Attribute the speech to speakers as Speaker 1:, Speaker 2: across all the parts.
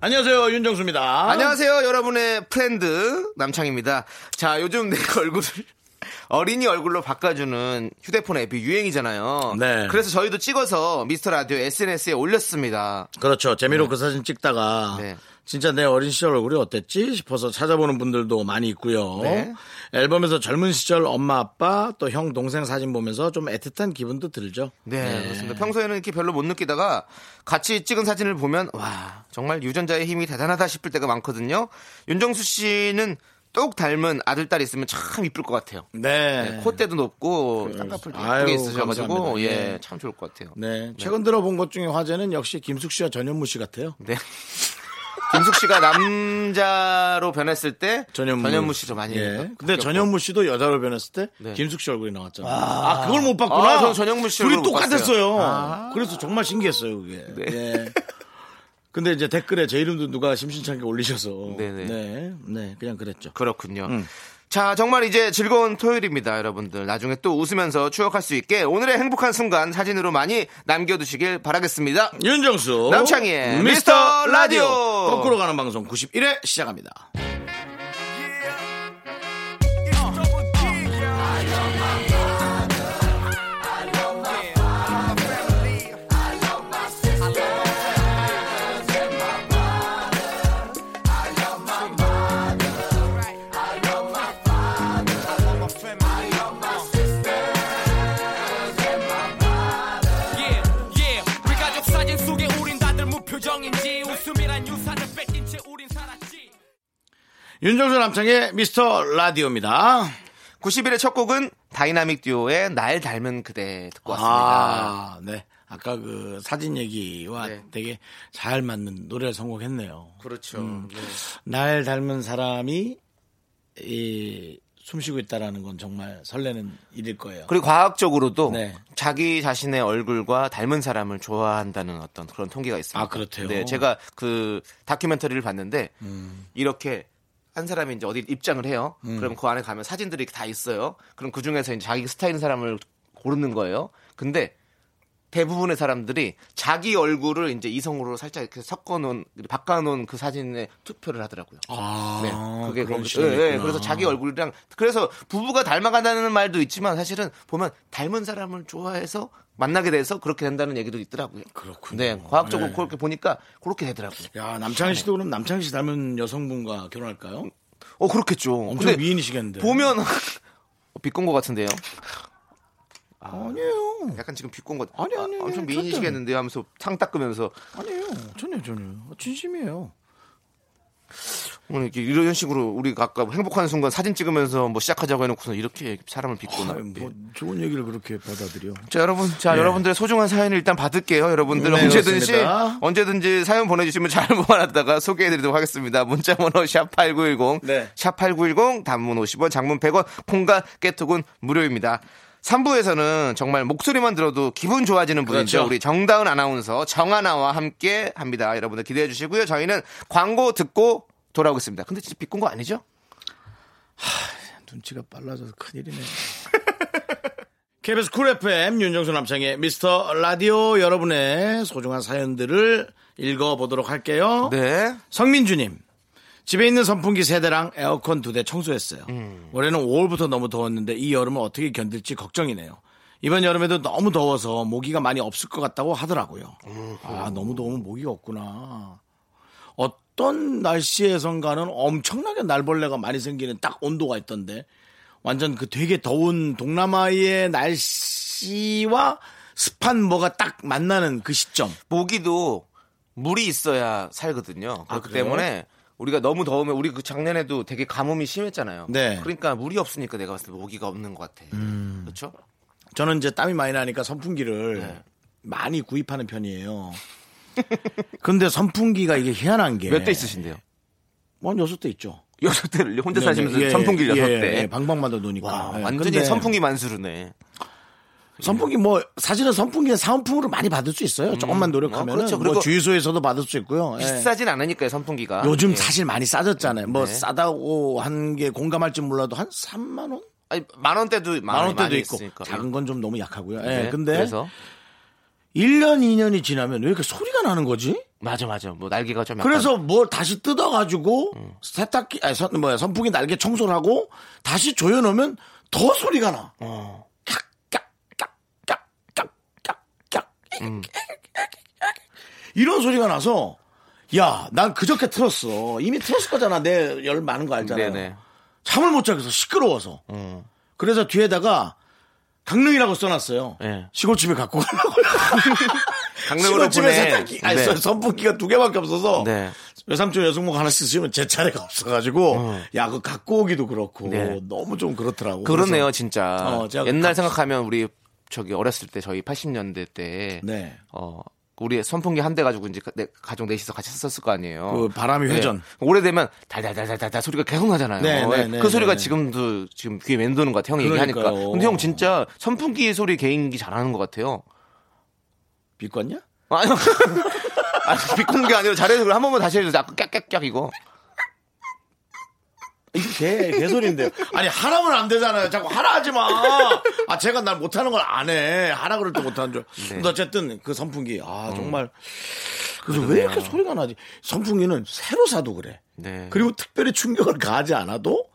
Speaker 1: 안녕하세요 윤정수입니다.
Speaker 2: 아. 안녕하세요, 여러분의 프렌드 남창입니다. 자, 요즘 내 얼굴을 어린이 얼굴로 바꿔주는 휴대폰 앱이 유행이잖아요.
Speaker 1: 네.
Speaker 2: 그래서 저희도 찍어서 미스터 라디오 SNS에 올렸습니다.
Speaker 1: 그렇죠. 재미로 그 사진 찍다가
Speaker 2: 네.
Speaker 1: 진짜 내 어린 시절 얼굴이 어땠지 싶어서 찾아보는 분들도 많이 있고요.
Speaker 2: 네.
Speaker 1: 앨범에서 젊은 시절 엄마 아빠 또 형 동생 사진 보면서 좀 애틋한 기분도 들죠.
Speaker 2: 네, 그렇습니다. 평소에는 이렇게 별로 못 느끼다가 같이 찍은 사진을 보면 와 정말 유전자의 힘이 대단하다 싶을 때가 많거든요. 윤정수 씨는 똑 닮은 아들 딸 있으면 참 이쁠 것 같아요.
Speaker 1: 네.
Speaker 2: 네, 콧대도 높고 쌍꺼풀
Speaker 1: 아유,
Speaker 2: 예쁘게 있으셔가지고
Speaker 1: 감사합니다.
Speaker 2: 예,
Speaker 1: 예.
Speaker 2: 참 좋을 것 같아요.
Speaker 1: 네. 최근 들어본 것 중에 화제는 역시 김숙 씨와 전현무 씨 같아요.
Speaker 2: 네. 김숙 씨가 남자로 변했을 때 전현무, 씨도 많이
Speaker 1: 예. 근데 전현무 씨도 여자로 변했을 때
Speaker 2: 네.
Speaker 1: 김숙 씨 얼굴이 나왔잖아요. 아, 그걸 못 봤구나.
Speaker 2: 아, 저는 전현무 씨
Speaker 1: 둘이
Speaker 2: 얼굴 못 아. 네.
Speaker 1: 똑같았어요. 그래서 정말 신기했어요, 그게. 예. 근데 이제 댓글에 제 이름도 누가 심심찮게 올리셔서
Speaker 2: 네네.
Speaker 1: 네, 네, 그냥 그랬죠.
Speaker 2: 그렇군요.
Speaker 1: 음.
Speaker 2: 자, 정말 이제 즐거운 토요일입니다, 여러분들. 나중에 또 웃으면서 추억할 수 있게 오늘의 행복한 순간 사진으로 많이 남겨두시길 바라겠습니다.
Speaker 1: 윤정수
Speaker 2: 남창희의 미스터 라디오.
Speaker 1: 거꾸로 가는 방송 91회 시작합니다.
Speaker 3: Yeah, yeah. 우리 가족 사진 속에 우린 다들 무표정인지 웃음이란 유산을 뺏긴 채 우린 살았지.
Speaker 1: 윤정수 남창희의 미스터 라디오입니다.
Speaker 2: 90일의 첫 곡은 다이나믹 듀오의 날 닮은 그대 듣고 왔습니다.
Speaker 1: 아, 네. 아까 그 사진 얘기와
Speaker 2: 네.
Speaker 1: 되게 잘 맞는 노래를 선곡했네요.
Speaker 2: 그렇죠.
Speaker 1: 음.
Speaker 2: 네.
Speaker 1: 날 닮은 사람이 이, 숨쉬고 있다라는 건 정말 설레는 일일 거예요.
Speaker 2: 그리고 과학적으로도
Speaker 1: 네.
Speaker 2: 자기 자신의 얼굴과 닮은 사람을 좋아한다는 어떤 그런 통계가 있습니다.
Speaker 1: 아, 그렇대요?
Speaker 2: 네, 제가 그 다큐멘터리를 봤는데
Speaker 1: 음.
Speaker 2: 이렇게 한 사람이 이제 어디 입장을 해요. 그럼 그 안에 가면 사진들이 다 있어요. 그럼 그 중에서 이제 자기 스타일인 사람을 고르는 거예요. 근데 대부분의 사람들이 자기 얼굴을 이제 이성으로 살짝 이렇게 섞어놓은 바꿔놓은 그 사진에 투표를 하더라고요.
Speaker 1: 아,
Speaker 2: 네, 그게
Speaker 1: 그런
Speaker 2: 거기-
Speaker 1: 시절이
Speaker 2: 예, 예,
Speaker 1: 있구나.
Speaker 2: 그래서 자기 얼굴이랑 그래서 부부가 닮아간다는 말도 있지만 사실은 보면 닮은 사람을 좋아해서 만나게 돼서 그렇게 된다는 얘기도 있더라고요.
Speaker 1: 그렇군요.
Speaker 2: 네, 과학적으로
Speaker 1: 예.
Speaker 2: 그렇게 보니까 그렇게 되더라고요.
Speaker 1: 야, 남창희 씨도 그럼 남창희 씨 닮은 여성분과 결혼할까요?
Speaker 2: 어 그렇겠죠.
Speaker 1: 엄청 미인이시겠는데.
Speaker 2: 보면 어, 비꼰 것 같은데요.
Speaker 1: 아니에요.
Speaker 2: 약간 지금 비꼰 것.
Speaker 1: 아니, 아니, 아니,
Speaker 2: 엄청
Speaker 1: 절대
Speaker 2: 미인이시겠는데요. 하면서 상 닦으면서
Speaker 1: 아니에요. 전혀, 전혀. 진심이에요.
Speaker 2: 오늘 이렇게 이런 식으로 우리 아까 행복한 순간 사진 찍으면서 뭐 시작하자고 해놓고서 이렇게 사람을 비꼬나.
Speaker 1: 아니, 뭐
Speaker 2: 예.
Speaker 1: 좋은 얘기를 그렇게 받아들여.
Speaker 2: 자 여러분, 자 여러분들의 소중한 사연을 일단 받을게요. 여러분들
Speaker 1: 예. 네,
Speaker 2: 언제든지
Speaker 1: 그렇습니다.
Speaker 2: 언제든지 사연 보내주시면 잘 모아놨다가 소개해드리도록 하겠습니다. 문자번호 샵 #8910,
Speaker 1: 네.
Speaker 2: 샵 #8910 단문 50원, 장문 100원, 콩과 깨톡은 무료입니다. 3부에서는 정말 목소리만 들어도 기분 좋아지는 분이죠.
Speaker 1: 그렇죠.
Speaker 2: 우리 정다은 아나운서 정하나와 함께 합니다. 여러분들 기대해 주시고요. 저희는 광고 듣고 돌아오겠습니다. 근데 진짜 비꼰 거 아니죠?
Speaker 1: 눈치가 빨라져서 큰일이네. KBS 쿨 FM 윤정수 남창의 미스터 라디오 여러분의 소중한 사연들을 읽어보도록 할게요.
Speaker 2: 네.
Speaker 1: 성민주님 집에 있는 선풍기 세 대랑 에어컨 두 대 청소했어요. 올해는 5월부터 너무 더웠는데 이 여름을 어떻게 견딜지 걱정이네요. 이번 여름에도 너무 더워서 모기가 많이 없을 것 같다고 하더라고요. 아 너무 더우면 모기가 없구나. 어떤 날씨에선가는 엄청나게 날벌레가 많이 생기는 딱 온도가 있던데 완전 그 되게 더운 동남아의 날씨와 습한 뭐가 딱 만나는 그 시점.
Speaker 2: 모기도 물이 있어야 살거든요.
Speaker 1: 아,
Speaker 2: 그렇기
Speaker 1: 그래요?
Speaker 2: 때문에 우리가 너무 더우면 우리 그 작년에도 되게 가뭄이 심했잖아요.
Speaker 1: 네. 음.
Speaker 2: 그러니까 물이 없으니까 내가 봤을 때 모기가 없는 것 같아. 그렇죠?
Speaker 1: 저는 이제 땀이 많이 나니까 선풍기를
Speaker 2: 네.
Speaker 1: 많이 구입하는 편이에요. 근데 선풍기가 이게 희한한 게
Speaker 2: 몇 대 있으신데요?
Speaker 1: 뭐한 여섯 대 있죠.
Speaker 2: 여섯 대를 혼자
Speaker 1: 예. 네,
Speaker 2: 사시면서
Speaker 1: 네, 예,
Speaker 2: 선풍기
Speaker 1: 예,
Speaker 2: 여섯
Speaker 1: 예,
Speaker 2: 대.
Speaker 1: 예, 방방마다 노니까.
Speaker 2: 와,
Speaker 1: 예,
Speaker 2: 완전히
Speaker 1: 근데
Speaker 2: 선풍기 만수르네.
Speaker 1: 선풍기 뭐 사실은 선풍기는 사은품으로 많이 받을 수 있어요. 조금만 노력하면
Speaker 2: 어, 그렇죠.
Speaker 1: 뭐
Speaker 2: 그리고
Speaker 1: 주유소에서도 받을 수 있고요. 예.
Speaker 2: 비싸진 않으니까요, 선풍기가.
Speaker 1: 요즘
Speaker 2: 예.
Speaker 1: 사실 많이 싸졌잖아요. 뭐
Speaker 2: 네.
Speaker 1: 싸다고 한 게 공감할지 몰라도 한 3만 원,
Speaker 2: 아니, 만 원대도
Speaker 1: 만
Speaker 2: 많이-
Speaker 1: 원대도
Speaker 2: 많이
Speaker 1: 있고
Speaker 2: 있으니까.
Speaker 1: 작은 건 좀 너무 약하고요. 예.
Speaker 2: 네,
Speaker 1: 근데
Speaker 2: 그래서
Speaker 1: 1년 2년이 지나면 왜 이렇게 소리가 나는 거지?
Speaker 2: 맞아 맞아. 뭐 날개가 좀 약간
Speaker 1: 그래서 뭐 다시 뜯어가지고 세탁기 아니 선, 뭐야 선풍기 날개 청소를 하고 다시 조여놓으면 더 소리가 나.
Speaker 2: 어.
Speaker 1: 깍깍깍깍깍깍깍깍.
Speaker 2: 음.
Speaker 1: 이런 소리가 나서 야 난 그저께 틀었어 이미 틀었을 거잖아 내 열 많은 거 알잖아요.
Speaker 2: 네네.
Speaker 1: 잠을 못 자겠어 시끄러워서. 그래서 뒤에다가 강릉이라고 써놨어요.
Speaker 2: 예.
Speaker 1: 시골집에 갖고 가려고요.
Speaker 2: 강릉으로
Speaker 1: 시골집에
Speaker 2: 보내.
Speaker 1: 세탁기, 아니
Speaker 2: 네.
Speaker 1: 선풍기가 두 개밖에 없어서
Speaker 2: 네.
Speaker 1: 외삼촌 여성복 하나씩 쓰면 제 차례가 없어가지고 야 그거 갖고 오기도 그렇고
Speaker 2: 네.
Speaker 1: 너무 좀 그렇더라고.
Speaker 2: 그러네요,
Speaker 1: 그래서-
Speaker 2: 진짜.
Speaker 1: 어, 제가
Speaker 2: 옛날
Speaker 1: 각-
Speaker 2: 생각하면 우리 저기 어렸을 때 저희 80년대 때
Speaker 1: 네.
Speaker 2: 어, 우리 선풍기 한 대 가지고 이제 가- 내- 가족 넷이서 같이 썼을 거 아니에요.
Speaker 1: 그 바람이
Speaker 2: 네.
Speaker 1: 회전.
Speaker 2: 오래되면 달달달달달달 소리가 계속 나잖아요.
Speaker 1: 네, 네, 네,
Speaker 2: 그 소리가
Speaker 1: 네, 네.
Speaker 2: 지금도 지금 귀에 맴도는 것 같아요. 형이
Speaker 1: 그러니까요.
Speaker 2: 얘기하니까. 근데 형 진짜 선풍기 소리 개인기 잘하는 것 같아요.
Speaker 1: 비꼬냐?
Speaker 2: 아니, 아니 비꼬는 게 아니라 잘해서 그래. 한 번만 다시 해주세요. 아까 깍깍깍 이거.
Speaker 1: 개 개소리인데 아니 하라면 안 되잖아요. 자꾸 하라 하지 마. 아 제가 날 못하는 걸 안 해. 하라 그럴 때 못하는 줄.
Speaker 2: 네.
Speaker 1: 근데 어쨌든 그 선풍기 아
Speaker 2: 음.
Speaker 1: 정말 그래서 왜 이렇게 소리가 나지? 선풍기는 새로 사도 그래.
Speaker 2: 네.
Speaker 1: 그리고 특별히 충격을 가하지 않아도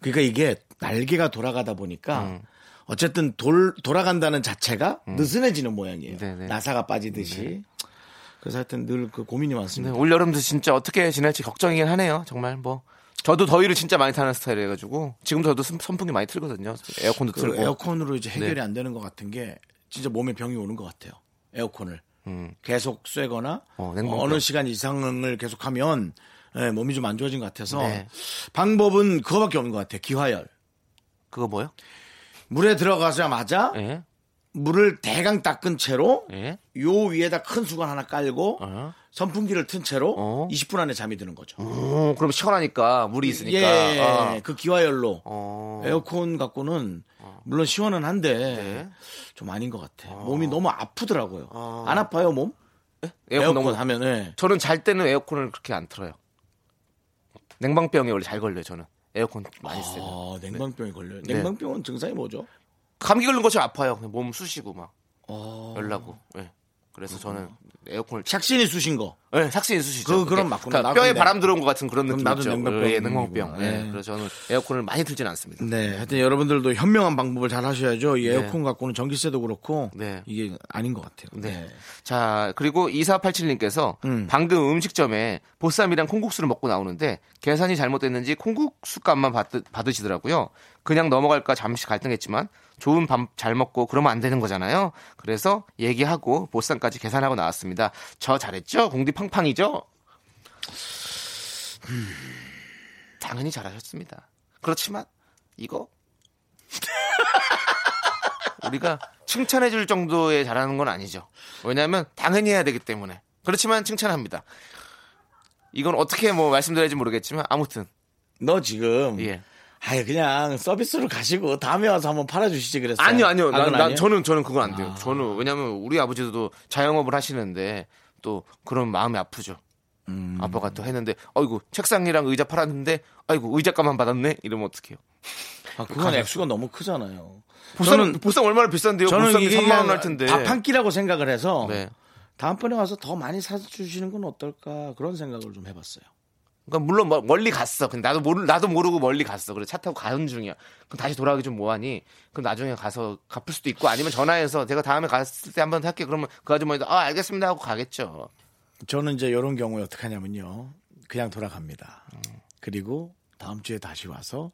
Speaker 1: 그러니까 이게 날개가 돌아가다 보니까
Speaker 2: 음.
Speaker 1: 어쨌든 돌 돌아간다는 자체가 느슨해지는 모양이에요.
Speaker 2: 네네.
Speaker 1: 나사가 빠지듯이. 그래서 하여튼 늘 그 고민이
Speaker 2: 네,
Speaker 1: 많습니다.
Speaker 2: 올 여름도 진짜 어떻게 지낼지 걱정이긴 하네요. 정말 뭐 저도 더위를 진짜 많이 타는 스타일이라 가지고 지금도 저도 선- 선풍기 많이 틀거든요. 에어컨도
Speaker 1: 그
Speaker 2: 틀고. 네.
Speaker 1: 에어컨으로 이제 해결이 안 되는 것 같은 게 진짜 몸에 병이 오는 것 같아요. 에어컨을
Speaker 2: 음.
Speaker 1: 계속 쐬거나
Speaker 2: 어,
Speaker 1: 어,
Speaker 2: 냉방병.
Speaker 1: 느 시간 이상을 계속하면 예, 몸이 좀 안 좋아진 것 같아서
Speaker 2: 네.
Speaker 1: 방법은 그거밖에 없는 것 같아요. 기화열
Speaker 2: 그거 뭐요?
Speaker 1: 물에 들어가자마자
Speaker 2: 예.
Speaker 1: 물을 대강 닦은 채로
Speaker 2: 예.
Speaker 1: 요 위에다 큰 수건 하나 깔고
Speaker 2: 어.
Speaker 1: 선풍기를 튼 채로
Speaker 2: 어.
Speaker 1: 20분 안에 잠이 드는 거죠.
Speaker 2: 오, 음, 그럼 시원하니까 물이 있으니까.
Speaker 1: 예,
Speaker 2: 아.
Speaker 1: 그 기화열로
Speaker 2: 어.
Speaker 1: 에어컨 네. 어. 갖고는 물론 시원은 한데 좀 아닌 것 같아. 몸이 너무 아프더라고요. 안 아파요 몸?
Speaker 2: 에어컨 너무
Speaker 1: 하면 예.
Speaker 2: 저는 잘 때는 에어컨을 그렇게 안 틀어요. 냉방병에 원래 잘 걸려요, 저는. 에어컨 많이 쓰면.
Speaker 1: 아, 냉방병이 걸려요. 냉방병은 증상이 뭐죠?
Speaker 2: 감기 걸린 것처럼 아파요. 그냥 몸 쑤시고 막. 열나고. 예. 그래서 저는 에어컨을
Speaker 1: 착신이 쑤신 거.
Speaker 2: 네, 삭신
Speaker 1: 그-
Speaker 2: 수시죠.
Speaker 1: 그럼 맞구나.
Speaker 2: 그러니까
Speaker 1: 나
Speaker 2: 뼈에
Speaker 1: 근데-
Speaker 2: 바람 들어온 것 같은 그런
Speaker 1: 그럼
Speaker 2: 느낌
Speaker 1: 나도
Speaker 2: 있죠.
Speaker 1: 냉방병.
Speaker 2: 예, 냉방병. 예,
Speaker 1: 예.
Speaker 2: 그래서 저는 에어컨을 많이 틀지는 않습니다.
Speaker 1: 네, 하여튼 여러분들도 현명한 방법을 잘 하셔야죠. 이 에어컨 갖고는 전기세도 그렇고
Speaker 2: 네.
Speaker 1: 이게 아닌 것 같아요.
Speaker 2: 네. 자, 그리고 2487님께서 방금 음식점에 보쌈이랑 콩국수를 먹고 나오는데 계산이 잘못됐는지 콩국수 값만 받, 받으시더라고요. 그냥 넘어갈까 잠시 갈등했지만 좋은 밥 잘 먹고 그러면 안 되는 거잖아요. 그래서 얘기하고 보쌈까지 계산하고 나왔습니다. 저 잘했죠? 공디 팡팡이죠? 음, 당연히 잘하셨습니다. 그렇지만 이거 우리가 칭찬해 줄 정도의 잘하는 건 아니죠. 왜냐하면 당연히 해야 되기 때문에. 그렇지만 칭찬합니다. 이건 어떻게 뭐 말씀드려야지 모르겠지만 아무튼
Speaker 1: 너 지금
Speaker 2: 예.
Speaker 1: 아예 그냥 서비스로 가시고 다음에 와서 한번 팔아주시지 그랬어요.
Speaker 2: 아니요 아니요.
Speaker 1: 아,
Speaker 2: 난,
Speaker 1: 그건
Speaker 2: 난
Speaker 1: 아니에요?
Speaker 2: 저는 저는 그건 안 돼요. 저는 왜냐하면 우리 아버지도 자영업을 하시는데 또 그런 마음이 아프죠. 아빠가 또 했는데 아이고 책상이랑 의자 팔았는데 아이고 의자값만 받았네 이러면 어떡해요
Speaker 1: 아, 그건 액수가 너무 크잖아요.
Speaker 2: 보쌈 보쌈 얼마나 비싼데요
Speaker 1: 저는
Speaker 2: 보쌈이
Speaker 1: 이게
Speaker 2: 3만 원
Speaker 1: 그냥
Speaker 2: 할 텐데
Speaker 1: 밥한 끼라고 생각을 해서
Speaker 2: 네.
Speaker 1: 다음번에 와서 더 많이 사주시는 건 어떨까 그런 생각을 좀 해봤어요.
Speaker 2: 그러니까 물론 멀- 멀리 갔어. 근데 나도 모르 나도 모르고 멀리 갔어. 그래 차 타고 가는 중이야. 그럼 다시 돌아가기 좀 뭐하니? 그럼 나중에 가서 갚을 수도 있고 아니면 전화해서 제가 다음에 갔을 때 한번 할게. 그러면 그 아주머니도 아 알겠습니다 하고 가겠죠.
Speaker 1: 저는 이제 이런 경우에 어떻게 하냐면요. 그냥 돌아갑니다. 그리고 다음 주에 다시 와서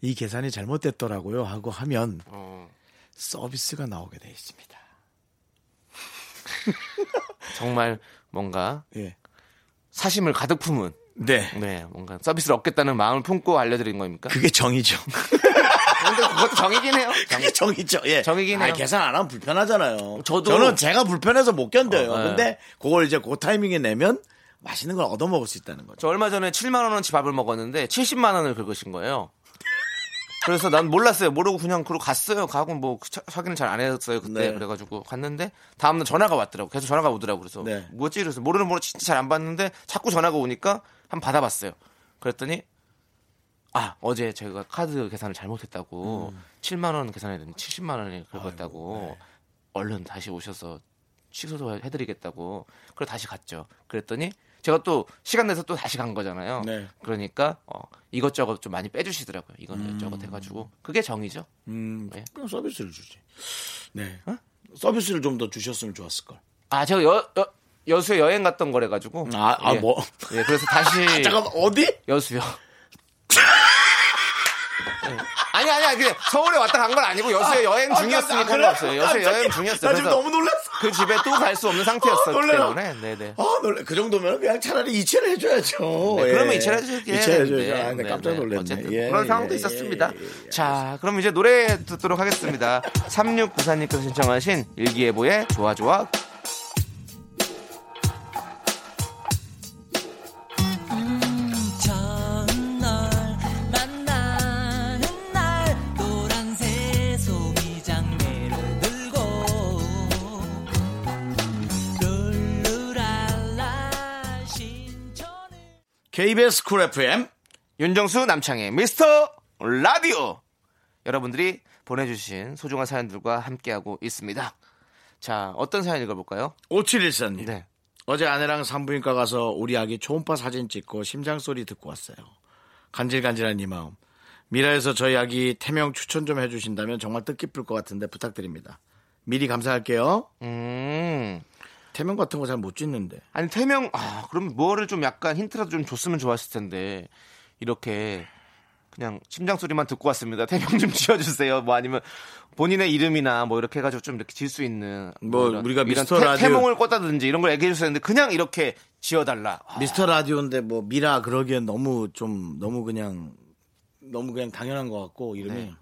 Speaker 1: 이 계산이 잘못됐더라고요 하고 하면
Speaker 2: 어.
Speaker 1: 서비스가 나오게 돼 있습니다.
Speaker 2: 정말 뭔가
Speaker 1: 예.
Speaker 2: 사심을 가득 품은
Speaker 1: 네.
Speaker 2: 네 뭔가 서비스를 얻겠다는 마음을 품고 알려드린 겁니까?
Speaker 1: 그게 정이죠.
Speaker 2: 근데 그것도 정이긴 해요. 정-
Speaker 1: 그게 정이죠. 예.
Speaker 2: 정이긴
Speaker 1: 아니,
Speaker 2: 해요.
Speaker 1: 계산 안 하면 불편하잖아요.
Speaker 2: 저도-
Speaker 1: 저는 제가 불편해서 못 견뎌요.
Speaker 2: 어, 네.
Speaker 1: 근데 그걸 이제 그 타이밍에 내면 맛있는 걸 얻어 먹을 수 있다는 거죠.
Speaker 2: 저 얼마 전에 7만 원어치 밥을 먹었는데 70만 원을 긁으신 거예요. 그래서 난 몰랐어요. 모르고 그냥 그러고 갔어요. 가고 뭐 차- 확인을 잘 안 했어요 그때.
Speaker 1: 네.
Speaker 2: 그래가지고 갔는데 다음날 전화가 왔더라고. 계속 전화가 오더라고. 그래서
Speaker 1: 네.
Speaker 2: 뭐지? 그래서 모르는 모르 진짜 잘 안 봤는데 자꾸 전화가 오니까 한번 받아봤어요. 그랬더니 아 어제 제가 카드 계산을 잘못했다고 7만 원 계산했는데 70만 원이 긁었다고 얼른 다시 오셔서 취소도 해드리겠다고 그래 다시 갔죠 그랬더니 제가 또 시간 내서 또 다시 간 거잖아요
Speaker 1: 네.
Speaker 2: 그러니까 어, 이것저것 좀 많이 빼주시더라고요 이건 저것 해가지고 그게 정이죠
Speaker 1: 음,
Speaker 2: 네.
Speaker 1: 그냥 서비스를 주지. 네.
Speaker 2: 어?
Speaker 1: 서비스를 좀 더 주셨으면 좋았을 걸.
Speaker 2: 아 제가 여, 여, 수에 여행 갔던 거래가지고
Speaker 1: 아, 아,
Speaker 2: 예.
Speaker 1: 뭐. 아,
Speaker 2: 예, 그래서 다시
Speaker 1: 잠깐 어디?
Speaker 2: 여수요. 네. 아니 아니 아니 그냥 서울에 왔다 간 건 아니고 여수에 여행 중이었으니까
Speaker 1: 아, 그래?
Speaker 2: 상관없어요. 여수에
Speaker 1: 깜짝이야.
Speaker 2: 여행 중이었어요.
Speaker 1: 나 지금
Speaker 2: 그래서
Speaker 1: 너무 놀랐어.
Speaker 2: 그 집에 또 갈 수 없는 상태였었기
Speaker 1: 어, 놀래라.
Speaker 2: 때문에 네네.
Speaker 1: 아, 놀래. 그 정도면 그냥 차라리 이체를 해줘야죠.
Speaker 2: 네, 그러면
Speaker 1: 예.
Speaker 2: 이체를 해줘야지.
Speaker 1: 이체해줘야죠.
Speaker 2: 네,
Speaker 1: 아, 근데
Speaker 2: 네,
Speaker 1: 깜짝
Speaker 2: 네.
Speaker 1: 놀랐네.
Speaker 2: 어쨌든
Speaker 1: 예,
Speaker 2: 그런
Speaker 1: 예,
Speaker 2: 상황도
Speaker 1: 예,
Speaker 2: 있었습니다.
Speaker 1: 예, 예.
Speaker 2: 자, 그럼 이제 노래 듣도록 하겠습니다. 3694님께서 신청하신 일기예보의 좋아 좋아.
Speaker 4: 처음 널 만나는 날 노란색 소미장매를 들고 룰루랄라 신촌을
Speaker 1: KBS 쿨 FM.
Speaker 2: 윤정수 남창의 미스터 라디오 여러분들이 보내주신 소중한 사연들과 함께하고 있습니다. 자, 어떤 사연 읽어볼까요?
Speaker 1: 5714님.
Speaker 2: 네.
Speaker 1: 어제 아내랑 산부인과 가서 우리 아기 초음파 사진 찍고 심장 소리 듣고 왔어요. 간질간질한 이 마음. 미라에서 저희 아기 태명 추천 좀 해주신다면 정말 뜻깊을 것 같은데 부탁드립니다. 미리 감사할게요.
Speaker 2: 음.
Speaker 1: 태명 같은 거 잘 못 짓는데.
Speaker 2: 아니 태명 아 그럼 뭐를 좀 약간 힌트라도 좀 줬으면 좋았을 텐데 이렇게 그냥 심장 소리만 듣고 왔습니다. 태명 좀 지어주세요. 뭐 아니면 본인의 이름이나 뭐 이렇게 해가지고 좀 이렇게 질 수 있는
Speaker 1: 뭐 우리가 미스터
Speaker 2: 태,
Speaker 1: 라디오-
Speaker 2: 태몽을 꿨다든지 이런 걸 얘기해 주셨는데 그냥 이렇게 지어달라. 아,
Speaker 1: 미스터 라디오인데 뭐 미라 그러기엔 너무 좀 너무 그냥 너무 그냥 당연한 것 같고 이름이
Speaker 2: 네.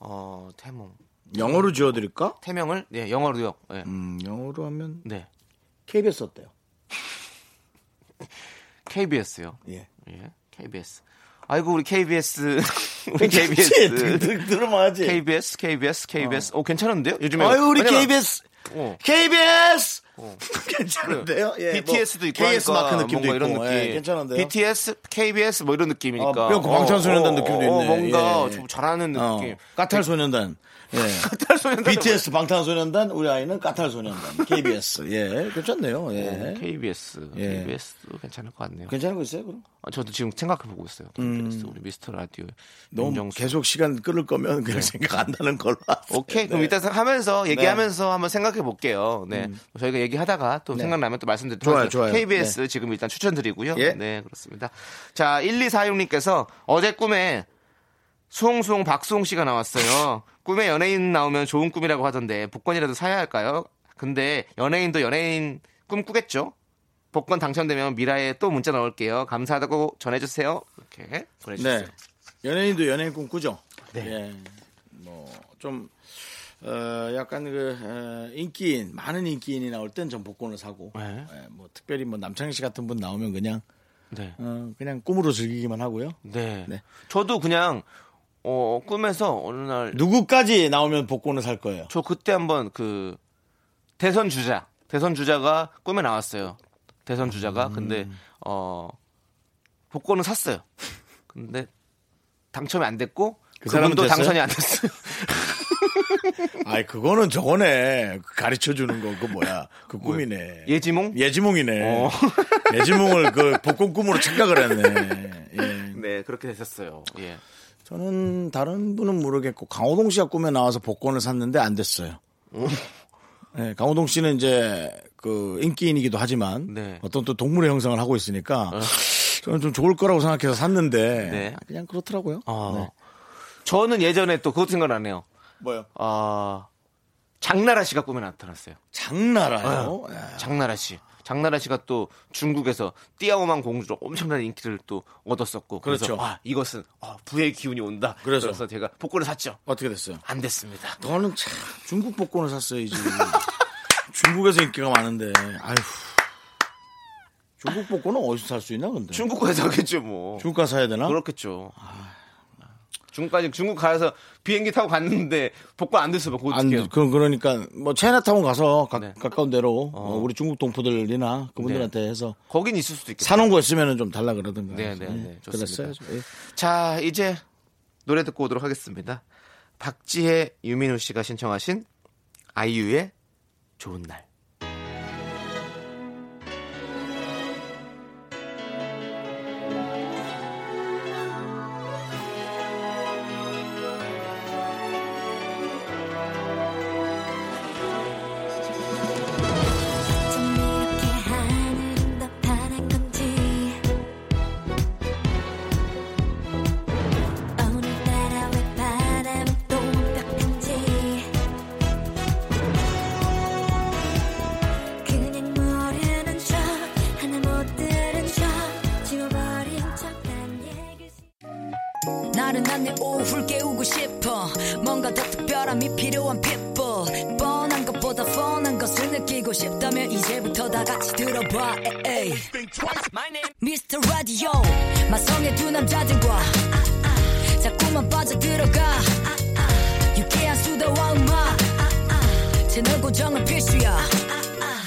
Speaker 2: 어 태몽
Speaker 1: 영어로 지어드릴까?
Speaker 2: 태명을 네 영어로요. 네.
Speaker 1: 음 영어로 하면
Speaker 2: 네
Speaker 1: KBS 어때요?
Speaker 2: KBS요.
Speaker 1: 예.
Speaker 2: 예 KBS. 아이고 우리 KBS 우리
Speaker 1: 그치?
Speaker 2: KBS
Speaker 1: 들- 들어봐야지.
Speaker 2: KBS KBS KBS 오 괜찮은데요? 요즘에
Speaker 1: 아유 우리
Speaker 2: 왜냐면-
Speaker 1: KBS
Speaker 2: 어.
Speaker 1: KBS
Speaker 2: 그
Speaker 1: 괜찮은데요? 예,
Speaker 2: BTS도
Speaker 1: 뭐
Speaker 2: 있고
Speaker 1: KS
Speaker 2: 하니까
Speaker 1: 마크 느낌도 있고
Speaker 2: 뭔가 이런 느낌.
Speaker 1: 예, 괜찮은데요?
Speaker 2: BTS, KBS 뭐 이런 느낌이니까. 어,
Speaker 1: 아, 뼈 광천소년단 느낌도 있네.
Speaker 2: 뭔가
Speaker 1: 예, 예.
Speaker 2: 좀 잘하는
Speaker 1: 어,
Speaker 2: 느낌.
Speaker 1: 까탈 소년단 예.
Speaker 2: 까탈 소년단.
Speaker 1: BTS 방탄소년단 우리 아이는 까탈 소년단 KBS 예 괜찮네요
Speaker 2: 어,
Speaker 1: 예
Speaker 2: KBS,
Speaker 1: 예.
Speaker 2: KBS도 괜찮을 것 같네요.
Speaker 1: 괜찮은 거 있어요 그럼?
Speaker 2: 아, 저도 지금 생각해 보고 있어요. KBS 우리 미스터 라디오
Speaker 1: 너무
Speaker 2: 윤정수.
Speaker 1: 계속 시간 끌을 거면 그냥 생각 안 나는 걸로 하세요.
Speaker 2: 오케이
Speaker 1: 네. 음.
Speaker 2: 그럼 일단 하면서 얘기하면서 한번 생각해 볼게요. 네 저희가 얘기하다가 또 생각나면 또 말씀드리도록
Speaker 1: 네. 좋아요,
Speaker 2: 하겠습니다.
Speaker 1: 좋아요. 네.
Speaker 2: KBS 지금 일단 추천드리고요.
Speaker 1: 예.
Speaker 2: 네 그렇습니다. 자 1246님께서 어제 꿈에 수홍수홍 박수홍 씨가 나왔어요. 꿈에 연예인 나오면 좋은 꿈이라고 하던데 복권이라도 사야 할까요? 근데 연예인도 연예인 꿈 꾸겠죠? 복권 당첨되면 미라에 또 문자 넣을게요. 감사하다고 전해주세요. 이렇게 보내주세요. 네.
Speaker 1: 네. 연예인도 연예인 꿈 꾸죠. 예. 뭐좀 어, 약간 그 어, 인기인 많은 인기인이 나올 땐 전 복권을 사고
Speaker 2: 네.
Speaker 1: 예, 뭐 특별히 뭐 남창희 씨 같은 분 나오면 그냥
Speaker 2: 네.
Speaker 1: 어, 그냥 꿈으로 즐기기만 하고요.
Speaker 2: 네.
Speaker 1: 네.
Speaker 2: 저도 그냥 어, 꿈에서 어느 날 저
Speaker 1: 누구까지 나오면 복권을 살 거예요.
Speaker 2: 그때 한번 그 대선 주자 대선 주자가 꿈에 나왔어요. 대선 주자가
Speaker 1: 음.
Speaker 2: 근데 어 복권은 샀어요. 근데 당첨이 안 됐고
Speaker 1: 그 사람은
Speaker 2: 그분도
Speaker 1: 됐어요?
Speaker 2: 당선이 안 됐어요.
Speaker 1: 아이 그거는 저거네 가르쳐 주는 거 그 뭐야 그 꿈이네.
Speaker 2: 예지몽?
Speaker 1: 예지몽이네.
Speaker 2: 어.
Speaker 1: 예지몽을 그 복권 꿈으로 착각을 했네. 예.
Speaker 2: 네 그렇게 됐었어요. 예.
Speaker 1: 저는 다른 분은 모르겠고 강호동 씨가 꿈에 나와서 복권을 샀는데 안 됐어요.
Speaker 2: 음.
Speaker 1: 네, 강호동 씨는 이제 그 인기인이기도 하지만
Speaker 2: 네. 어.
Speaker 1: 어떤 또 동물의 형상을 하고 있으니까 저는 좀 좋을 거라고 생각해서 샀는데
Speaker 2: 네.
Speaker 1: 그냥 그렇더라고요.
Speaker 2: 어.
Speaker 1: 네.
Speaker 2: 저는 예전에 또 그것도 생각나네요.
Speaker 1: 뭐요?
Speaker 2: 아 장나라 씨가 꿈에 나타났어요. 어.
Speaker 1: 장나라요. 예.
Speaker 2: 장나라 씨. 장나라 씨가 또 중국에서 띠아오만 공주로 엄청난 인기를 또 얻었었고 그래서
Speaker 1: 그렇죠.
Speaker 2: 아 이것은 아, 부의 기운이 온다.
Speaker 1: 그래서.
Speaker 2: 그래서. 제가 복권을 샀죠.
Speaker 1: 어떻게 됐어요?
Speaker 2: 안 됐습니다.
Speaker 1: 너는 참 중국 복권을 샀어야지. 중국에서 인기가 많은데 아휴 중국 복고는 어디서 살 수 있나 근데?
Speaker 2: 중국 가서 하겠죠 뭐.
Speaker 1: 중국 가서 사야 되나?
Speaker 2: 그렇겠죠. 중국까지 중국 가서 비행기 타고 갔는데 복권 안 됐으면 그거
Speaker 1: 안,
Speaker 2: 어떡해요?
Speaker 1: 그럼 그러니까 뭐 차이나타운 가서 가,
Speaker 2: 네.
Speaker 1: 까운 데로 어, 우리 중국 동포들이나 그분들한테 해서
Speaker 2: 거긴 있을 수도 있겠다.
Speaker 1: 사놓은 거 있으면 좀 달라 그러든가.
Speaker 2: 네, 네, 네.
Speaker 1: 예,
Speaker 2: 좋습니다.
Speaker 1: 그랬어요. 예.
Speaker 2: 자, 이제 노래 듣고 오도록 하겠습니다. 박지혜 유민우 씨가 신청하신 아이유의 좋은 날.
Speaker 5: 좀 이렇게 하늘은 더 파란 건지 오늘따라 왜 바람은 또 완벽한지 그냥 모르는 척 하나 못 들은 척 지워버린 척난 얘기
Speaker 6: 나른한 내 오후를 깨우고 싶어 뭔가 더 특별함이 필요한 people 뻔한 것보다 뻔한 것을 느끼고 싶다면 이제부터 다 같이 들어봐 에이. Mr. Radio 마성의 두 남자들과 자꾸만 빠져들어가 유쾌한 수다와 음악 채널 고정은 필수야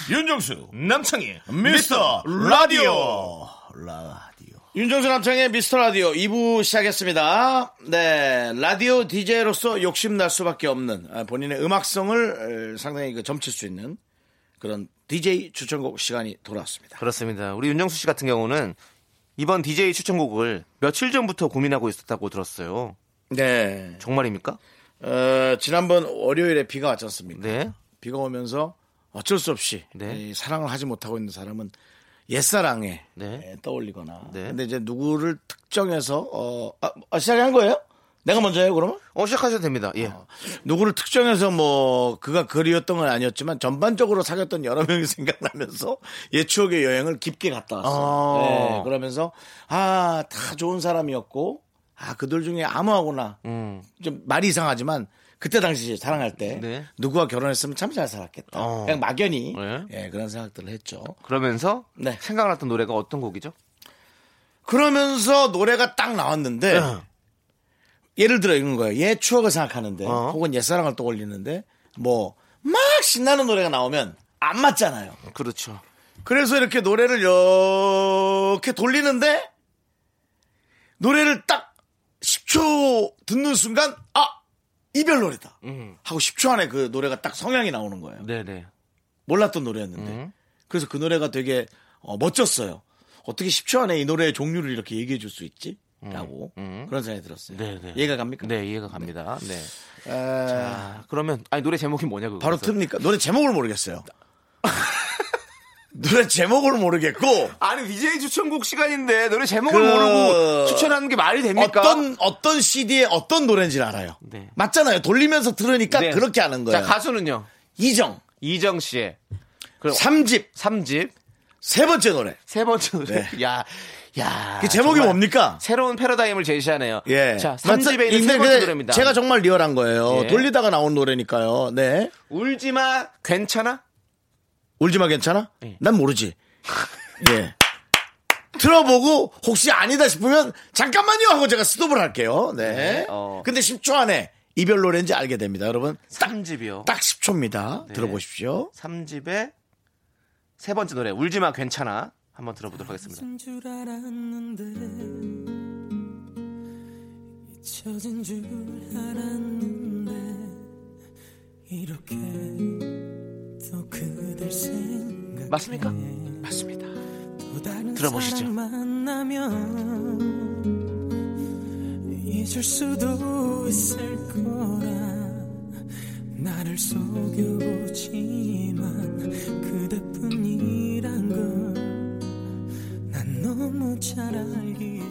Speaker 1: 윤정수 남창희 미스터 라디오 라디오 윤정수 남창희 미스터 라디오 2부 시작했습니다. 네 라디오 DJ로서 욕심 날 수밖에 없는 아, 본인의 음악성을 에, 상당히 그 점칠 수 있는 그런 DJ 추천곡 시간이 돌아왔습니다.
Speaker 2: 그렇습니다. 우리 윤정수 씨 같은 경우는 이번 DJ 추천곡을 며칠 전부터 고민하고 있었다고 들었어요.
Speaker 1: 네
Speaker 2: 정말입니까?
Speaker 1: 어, 지난번 월요일에 비가 왔지 않습니까?
Speaker 2: 네.
Speaker 1: 비가 오면서 어쩔 수 없이
Speaker 2: 네.
Speaker 1: 이 사랑을 하지 못하고 있는 사람은 옛사랑에
Speaker 2: 네.
Speaker 1: 예, 떠올리거나
Speaker 2: 네.
Speaker 1: 근데 이제 누구를 특정해서 어, 아, 아, 시작한 거예요? 내가 먼저 해요 그러면?
Speaker 2: 어, 시작하셔도 됩니다. 예.
Speaker 1: 누구를 특정해서 뭐 그가 그리웠던 건 아니었지만 전반적으로 사귀었던 여러 명이 생각나면서 옛 추억의 여행을 깊게 갔다 왔어요.
Speaker 2: 아.
Speaker 1: 네, 그러면서 아 다 좋은 사람이었고 아 그들 중에 아무하고나
Speaker 2: 음.
Speaker 1: 좀 말이 이상하지만 그때 당시 사랑할 때
Speaker 2: 네.
Speaker 1: 누구와 결혼했으면 참 잘 살았겠다.
Speaker 2: 어.
Speaker 1: 그냥 막연히
Speaker 2: 네.
Speaker 1: 예, 그런 생각들을 했죠.
Speaker 2: 그러면서
Speaker 1: 네.
Speaker 2: 생각났던 노래가 어떤 곡이죠?
Speaker 1: 그러면서 노래가 딱 나왔는데 예를 들어 이런 거예요. 옛 추억을 생각하는데
Speaker 2: 어.
Speaker 1: 혹은 옛사랑을 떠올리는데 뭐 막 신나는 노래가 나오면 안 맞잖아요.
Speaker 2: 그렇죠.
Speaker 1: 그래서 이렇게 노래를 이렇게 돌리는데 노래를 딱 10초 듣는 순간 아 이별 노래다 하고 10초 안에 그 노래가 딱 성향이 나오는 거예요.
Speaker 2: 네네.
Speaker 1: 몰랐던 노래였는데
Speaker 2: 음.
Speaker 1: 그래서 그 노래가 되게 어, 멋졌어요. 어떻게 10초 안에 이 노래의 종류를 이렇게 얘기해 줄 수 있지? 라고 그런 생각이 들었어요.
Speaker 2: 음, 네네.
Speaker 1: 이해가 갑니까?
Speaker 2: 네, 이해가 갑니다. 네.
Speaker 1: 에,
Speaker 2: 아, 그러면 아니 노래 제목이 뭐냐 그거.
Speaker 1: 바로 틉니까? 노래 제목을 모르겠어요. 노래 제목을 모르겠고
Speaker 2: 아니 DJ 추천곡 시간인데 노래 제목을
Speaker 1: 그-
Speaker 2: 모르고 추천하는 게 말이 됩니까?
Speaker 1: 어떤 어떤 CD의 어떤 노래인지를 알아요.
Speaker 2: 네.
Speaker 1: 맞잖아요. 돌리면서 들으니까
Speaker 2: 네.
Speaker 1: 그렇게 아는
Speaker 2: 자
Speaker 1: 거예요.
Speaker 2: 가수는요
Speaker 1: 이정
Speaker 2: 이정 씨의 그럼
Speaker 1: 삼집
Speaker 2: 3집
Speaker 1: 세 번째 노래.
Speaker 2: 세 번째 노래
Speaker 1: 네.
Speaker 2: 야, 야.
Speaker 1: 그 제목이
Speaker 2: 아, 정말
Speaker 1: 뭡니까?
Speaker 2: 새로운 패러다임을 제시하네요.
Speaker 1: 예.
Speaker 2: 자, 3집에 있는 세
Speaker 1: 근데
Speaker 2: 번째
Speaker 1: 근데
Speaker 2: 노래입니다.
Speaker 1: 제가 정말 리얼한 거예요.
Speaker 2: 예.
Speaker 1: 돌리다가 나온 노래니까요. 네.
Speaker 2: 울지 마 괜찮아?
Speaker 1: 울지 마 괜찮아?
Speaker 2: 예.
Speaker 1: 난 모르지. 예. 들어보고 혹시 아니다 싶으면 잠깐만요 하고 제가 스톱을 할게요. 네.
Speaker 2: 어.
Speaker 1: 근데 10초 안에 이별 노래인지 알게 됩니다, 여러분.
Speaker 2: 3집이요.
Speaker 1: 딱 10초입니다.
Speaker 2: 네.
Speaker 1: 들어보십시오.
Speaker 2: 3집의 세 번째 노래 울지 마 괜찮아 한번 들어보도록 하겠습니다.
Speaker 4: 줄 알았는데 잊혀진 줄 알았는데 이렇게 또 그댈 생각
Speaker 2: 맞습니까?
Speaker 1: 맞습니다.
Speaker 4: 또 다른
Speaker 2: 들어보시죠.
Speaker 4: 사람 만나면 잊을 수도 있을 거라 나를 속여오지만 그대뿐이란 걸 난 너무 잘 알기에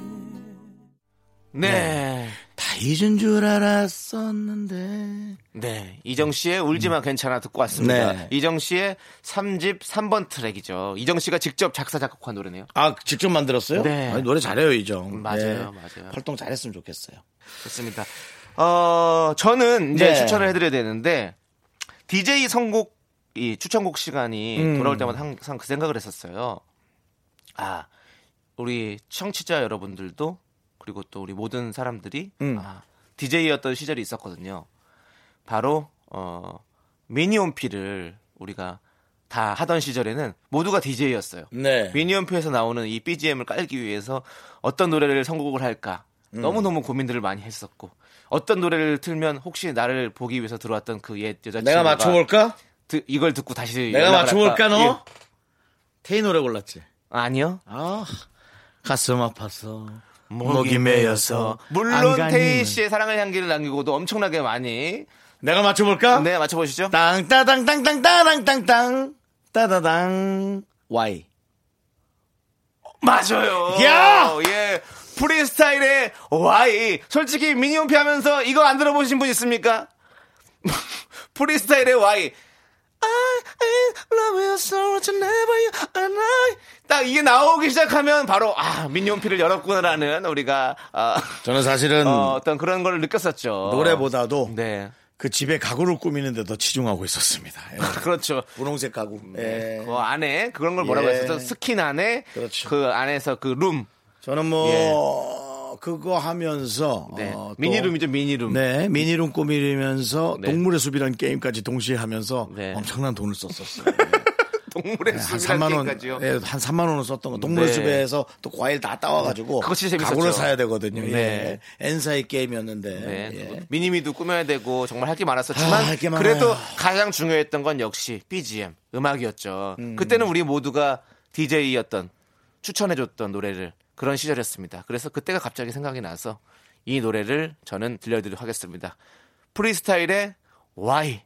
Speaker 2: 네.
Speaker 1: 다 잊은 줄 알았었는데.
Speaker 2: 네. 이정 씨의 울지 마 괜찮아 듣고 왔습니다.
Speaker 1: 네.
Speaker 2: 이정 씨의 3집 3번 트랙이죠. 이정 씨가 직접 작사 작곡한 노래네요.
Speaker 1: 아, 직접 만들었어요?
Speaker 2: 네.
Speaker 1: 아니, 노래 잘해요, 이정. 네.
Speaker 2: 맞아요, 맞아요.
Speaker 1: 활동 잘했으면 좋겠어요.
Speaker 2: 좋습니다. 어, 저는 이제
Speaker 1: 네.
Speaker 2: 추천을 해드려야
Speaker 1: 음.
Speaker 2: 되는데, DJ 선곡, 이 추천곡 시간이 돌아올 때마다 항상 그 생각을 했었어요. 아 우리 청취자 여러분들도 그리고 또 우리 모든 사람들이
Speaker 1: 음.
Speaker 2: 아, DJ였던 시절이 있었거든요. 바로 어 미니홈피를 우리가 다 하던 시절에는 모두가 DJ였어요.
Speaker 1: 네.
Speaker 2: 미니홈피에서 나오는 이 BGM을 깔기 위해서 어떤 노래를 선곡을 할까
Speaker 1: 음.
Speaker 2: 너무너무 고민들을 많이 했었고 어떤 노래를 틀면 혹시 나를 보기 위해서 들어왔던 그 옛 여자친구가
Speaker 1: 내가 맞춰볼까?
Speaker 2: 드- 이걸 듣고 다시
Speaker 1: 내가
Speaker 2: 연락을
Speaker 1: 맞춰볼까
Speaker 2: 할까?
Speaker 1: 너?
Speaker 2: 예.
Speaker 1: 테이 노래 골랐지.
Speaker 2: 아니요
Speaker 1: 아 가슴 아파서
Speaker 2: 목이 메여서
Speaker 1: 안
Speaker 2: 물론
Speaker 1: 가니.
Speaker 2: 테이 씨의 사랑의 향기를 남기고도 엄청나게 많이
Speaker 1: 내가 맞춰볼까?
Speaker 2: 네 맞춰보시죠
Speaker 1: 땅따당땅땅따당땅땅 따다당 Y
Speaker 2: 맞아요
Speaker 1: 야!
Speaker 2: 예 프리스타일의 Y 솔직히 미니홈피 하면서 이거 안 들어보신 분 있습니까? 프리스타일의 Y I, I love you so much never you and I 딱 이게 나오기 시작하면 바로 아 미니홈피를 열었구나라는 우리가 아,
Speaker 1: 저는 사실은 어,
Speaker 2: 어, 떤 그런 걸 느꼈었죠
Speaker 1: 음. 노래보다도
Speaker 2: 네
Speaker 1: 그 집에 가구를 꾸미는데 더 치중하고 있었습니다. 예.
Speaker 2: 그렇죠
Speaker 1: 분홍색 가구. 예.
Speaker 2: 그 안에 그런 걸 뭐라고
Speaker 1: 예.
Speaker 2: 했었죠? 스킨 안에 그
Speaker 1: 그렇죠.
Speaker 2: 안에서 그 룸.
Speaker 1: 저는 뭐
Speaker 2: 예.
Speaker 1: 어, 그거 하면서
Speaker 2: 네.
Speaker 1: 어, 또-
Speaker 2: 미니룸이죠, 미니룸.
Speaker 1: 네, 미니룸 꾸미면서
Speaker 2: 네.
Speaker 1: 동물의 숲이라는 게임까지 동시에 하면서
Speaker 2: 네.
Speaker 1: 엄청난 돈을 썼었어요.
Speaker 2: 동물의
Speaker 1: 네, 한
Speaker 2: 숲이라는
Speaker 1: 3만 원,
Speaker 2: 게임까지요.
Speaker 1: 예, 한 3만 원을 썼던 거. 동물의
Speaker 2: 네. 음,
Speaker 1: 숲에서 또 과일 다 따와가지고
Speaker 2: 그거 진짜 재밌었죠.
Speaker 1: 가구를 사야 되거든요.
Speaker 2: 네.
Speaker 1: 예. 엔사의 게임이었는데.
Speaker 2: 네.
Speaker 1: 예.
Speaker 2: 미니미도 꾸며야 되고 정말 할 게 많았었지만
Speaker 1: 아, 할게 많아요.
Speaker 2: 그래도 가장 중요했던 건 역시 BGM 음악이었죠. 그때는 우리 모두가 DJ였던 추천해줬던 노래를 그런 시절이었습니다. 그래서 그때가 갑자기 생각이 나서 이 노래를 저는 들려드리도록 하겠습니다. 프리스타일의 Why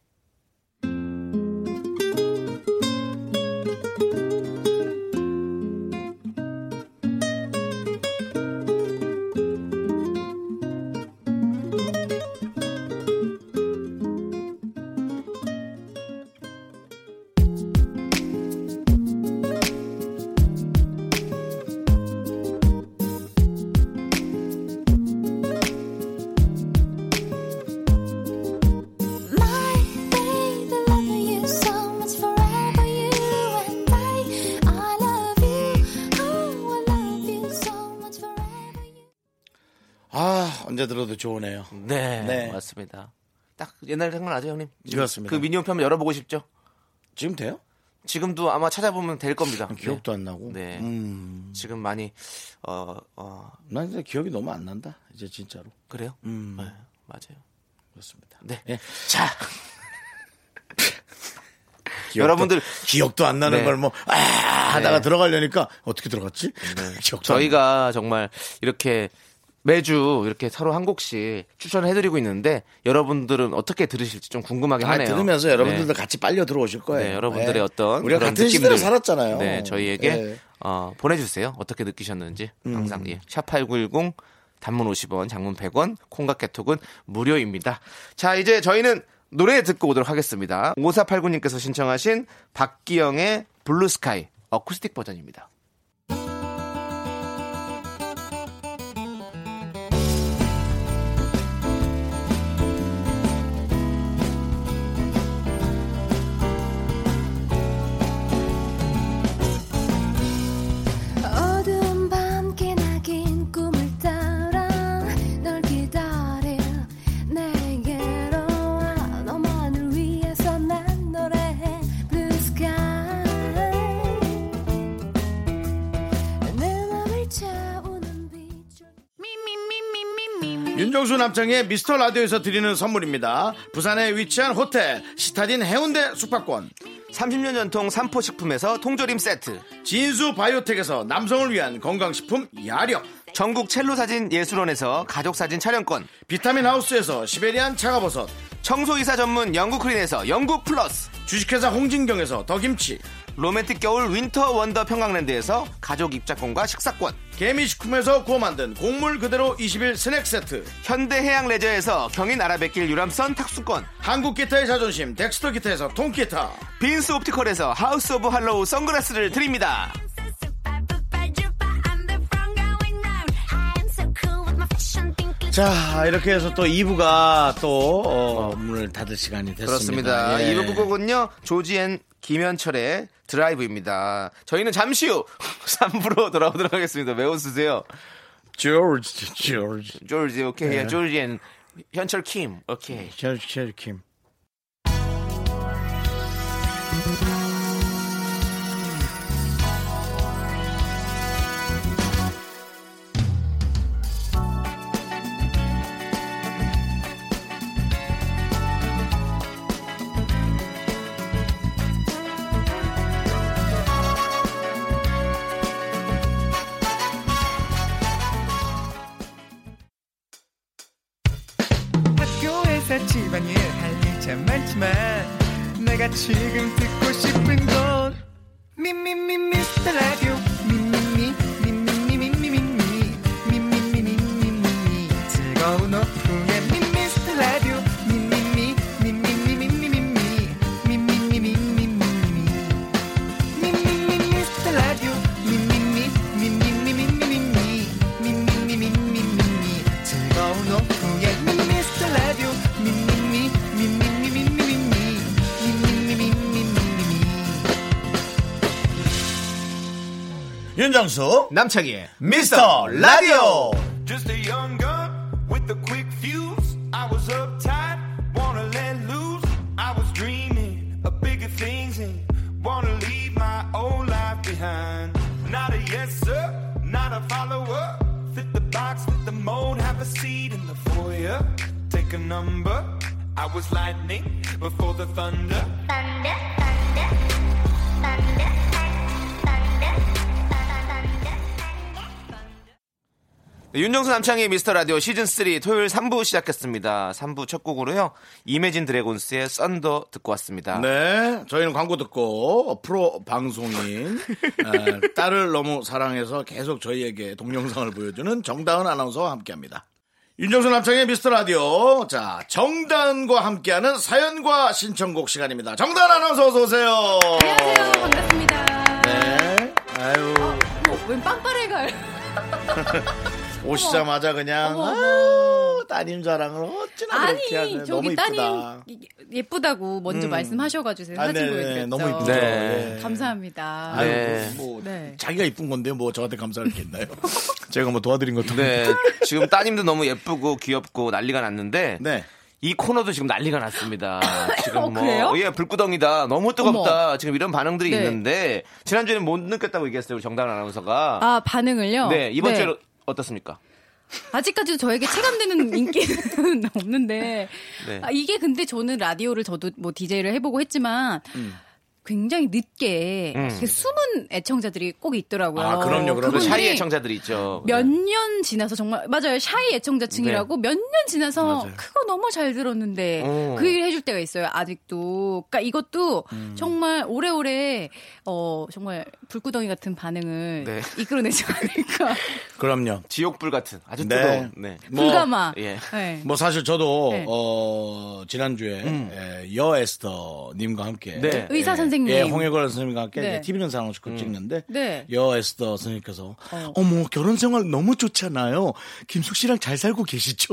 Speaker 5: My baby, love you so much forever, you and I. I love you, oh, I love you so much forever, you.
Speaker 1: 아, 언제 들어도 좋으네요.
Speaker 2: 네,
Speaker 1: 네.
Speaker 2: 맞습니다. 딱 옛날 생각나죠, 형님? 지금
Speaker 1: 그렇습니다.
Speaker 2: 그 미니홈피 한번 열어보고 싶죠?
Speaker 1: 지금 돼요?
Speaker 2: 지금도 아마 찾아보면 될 겁니다.
Speaker 1: 기억도 안 나고.
Speaker 2: 네.
Speaker 1: 음,
Speaker 2: 네. 지금 많이, 어, 어,
Speaker 1: 난 진짜 기억이 너무 안 난다. 이제 진짜로. 음,
Speaker 2: 그래요? 네, 맞아요.
Speaker 1: 그렇습니다.
Speaker 2: 네.
Speaker 1: 예.
Speaker 2: 자,
Speaker 1: 기억도-
Speaker 2: 여러분들.
Speaker 1: 기억도 안 나는
Speaker 2: 네.
Speaker 1: 걸 뭐, 아, 하다가
Speaker 2: 네.
Speaker 1: 들어가려니까 어떻게 들어갔지? 기억도 안
Speaker 2: 저희가 정말 이렇게 매주 이렇게 서로 한 곡씩 추천해드리고 있는데 여러분들은 어떻게 들으실지 좀 궁금하게
Speaker 1: 아,
Speaker 2: 하네요.
Speaker 1: 들으면서 여러분들도
Speaker 2: 네.
Speaker 1: 같이 빨려 들어오실 거예요.
Speaker 2: 네, 여러분들의
Speaker 1: 예.
Speaker 2: 어떤
Speaker 1: 우리가
Speaker 2: 그런
Speaker 1: 같은
Speaker 2: 느낌들.
Speaker 1: 시대를 살았잖아요.
Speaker 2: 네, 저희에게
Speaker 1: 예.
Speaker 2: 어, 보내주세요. 어떻게 느끼셨는지
Speaker 1: 음.
Speaker 2: 항상 예. 샵8910 단문 50원, 장문 100원, 콩과 개톡은 무료입니다. 자, 이제 저희는 노래 듣고 오도록 하겠습니다. 5489님께서 신청하신 박기영의 블루스카이 어쿠스틱 버전입니다.
Speaker 5: 어두운 밤 깨나긴 꿈을 따라 널 기다릴 내게로 와 너만을 위해서 난 노래해 Blue Sky 내 맘을 채우는 빛줄
Speaker 1: 윤정수 남창의 미스터 라디오에서 드리는 선물입니다. 부산에 위치한 호텔 시타딘 해운대 숙박권
Speaker 2: 30년 전통 삼포식품에서 통조림 세트
Speaker 1: 진수 바이오텍에서 남성을 위한 건강식품 야력
Speaker 2: 전국 첼로 사진 예술원에서 가족 사진 촬영권
Speaker 1: 비타민 하우스에서 시베리안 차가버섯
Speaker 2: 청소이사 전문 영국 크린에서 영국 플러스
Speaker 1: 주식회사 홍진경에서 더김치
Speaker 2: 로맨틱 겨울 윈터 원더 평강랜드에서 가족 입자권과 식사권
Speaker 1: 개미식품에서 구워 만든 곡물 그대로 21 스낵세트
Speaker 2: 현대해양레저에서 경인아라뱃길 유람선 탁수권
Speaker 1: 한국기타의 자존심 덱스터기타에서 통기타
Speaker 2: 빈스 옵티컬에서 하우스 오브 할로우 선글라스를 드립니다
Speaker 5: I'm the one going round I am so cool with my fashion pink
Speaker 1: 자, 이렇게 해서 또 2부가 또 어, 문을 닫을 시간이 됐습니다.
Speaker 2: 그렇습니다.
Speaker 1: 예.
Speaker 2: 이번 곡은요 조지앤 김현철의 드라이브입니다. 저희는 잠시 후 3부로 돌아오도록 하겠습니다. 외워주세요.
Speaker 1: 조지, 조지,
Speaker 2: 조지 오케이 조지앤 현철 킴 오케이.
Speaker 1: 조지, 조지 킴.
Speaker 7: 학교에서 집안일 할 일 참 많지만 내가 지금 듣고 싶은 건 미미미 미스터 라디오 미미미 미미미 미미미 미미미 미미미 즐거운 오후에 미미스터 라디오 미미미 미미미 미미미 미미미 미미미
Speaker 1: 윤정수,
Speaker 2: 남창희의
Speaker 1: 미스터 라디오.
Speaker 8: Just a young gun with a quick fuse. I was uptight, wanna let loose. I was dreaming of bigger things and wanna leave my old life behind. Not a yes sir, not a follower. Fit the box, fit the mold, have a seat in the foyer. Take a number. I was lightning before the thunder.
Speaker 2: 네, 윤정수 남창희의 미스터 라디오 시즌 3 토요일 3부 시작했습니다. 3부 첫 곡으로요 이매진 드래곤스의 썬더 듣고 왔습니다.
Speaker 1: 네, 저희는 광고 듣고 프로 방송인 에, 딸을 너무 사랑해서 계속 저희에게 동영상을 보여주는 정다은 아나운서와 함께합니다. 윤정수 남창의 미스터 라디오. 자, 정다은과 함께하는 사연과 신청곡 시간입니다. 정다은 아나운서 어서 오세요.
Speaker 9: 안녕하세요. 반갑습니다.
Speaker 1: 네, 아유
Speaker 9: 어, 웬 빵빠레가요?
Speaker 1: 오시자마자 그냥
Speaker 9: 어머, 어머.
Speaker 1: 아유, 따님 자랑을 어찌나 그렇게 하세요. 너무
Speaker 9: 아니, 저기
Speaker 1: 이쁘다. 음.
Speaker 9: 따님 예쁘다고 먼저 말씀하셔가지고
Speaker 1: 아,
Speaker 9: 사진
Speaker 1: 네,
Speaker 9: 보여드렸죠.
Speaker 1: 너무 이쁘죠.
Speaker 2: 네.
Speaker 1: 예.
Speaker 9: 감사합니다.
Speaker 1: 아유,
Speaker 2: 네.
Speaker 1: 뭐
Speaker 9: 네.
Speaker 1: 자기가 이쁜 건데요. 뭐 저한테 감사할 게 있나요? 제가 뭐 도와드린 것도
Speaker 2: 네, 지금 따님도 너무 예쁘고 귀엽고 난리가 났는데
Speaker 1: 네.
Speaker 2: 이 코너도 지금 난리가 났습니다. 지금
Speaker 9: 어,
Speaker 2: 뭐
Speaker 9: 그래요?
Speaker 2: 예, 불구덩이다. 너무 뜨겁다. 지금 이런 반응들이
Speaker 9: 네.
Speaker 2: 있는데 지난주에는 못 느꼈다고 얘기했어요. 우리 정다은 아나운서가.
Speaker 9: 아, 반응을요?
Speaker 2: 네, 이번 주에 어떻습니까?
Speaker 9: 아직까지도 저에게 체감되는 인기는 없는데
Speaker 2: 네.
Speaker 9: 아, 이게 근데 저는 라디오를 저도 뭐 DJ를 해보고 했지만
Speaker 1: 음.
Speaker 9: 굉장히 늦게 이렇게 숨은 애청자들이 꼭 있더라고요.
Speaker 1: 아, 그럼요, 그럼요.
Speaker 2: 그
Speaker 9: 그분들이
Speaker 2: 샤이의 청자들이 있죠. 네.
Speaker 9: 몇 년 지나서 정말 맞아요 샤이 애청자층이라고 몇 년 지나서 그거 너무 잘 들었는데
Speaker 2: 어.
Speaker 9: 그 얘기를 해줄 때가 있어요 아직도 그러니까 이것도
Speaker 2: 음.
Speaker 9: 정말 오래오래 어 정말 불구덩이 같은 반응을
Speaker 2: 네.
Speaker 9: 이끌어내지 않을까
Speaker 1: 그럼요.
Speaker 2: 지옥불 같은 아주
Speaker 1: 네.
Speaker 2: 뜨거운. 네.
Speaker 1: 뭐,
Speaker 9: 불가마
Speaker 2: 예.
Speaker 9: 네.
Speaker 1: 뭐 사실 저도
Speaker 9: 네.
Speaker 1: 어 지난주에 예, 여 에스터 님과 함께
Speaker 2: 음. 네. 음.
Speaker 9: 의사 선생님.
Speaker 1: 예, 홍혜걸 선생님과 함께
Speaker 9: 네.
Speaker 1: 이제 TV는 사랑을 싣고 찍는데
Speaker 9: 네.
Speaker 1: 여 에스터 선생님께서 어. 머 결혼 생활 너무 좋잖아요. 김숙 씨랑 잘 살고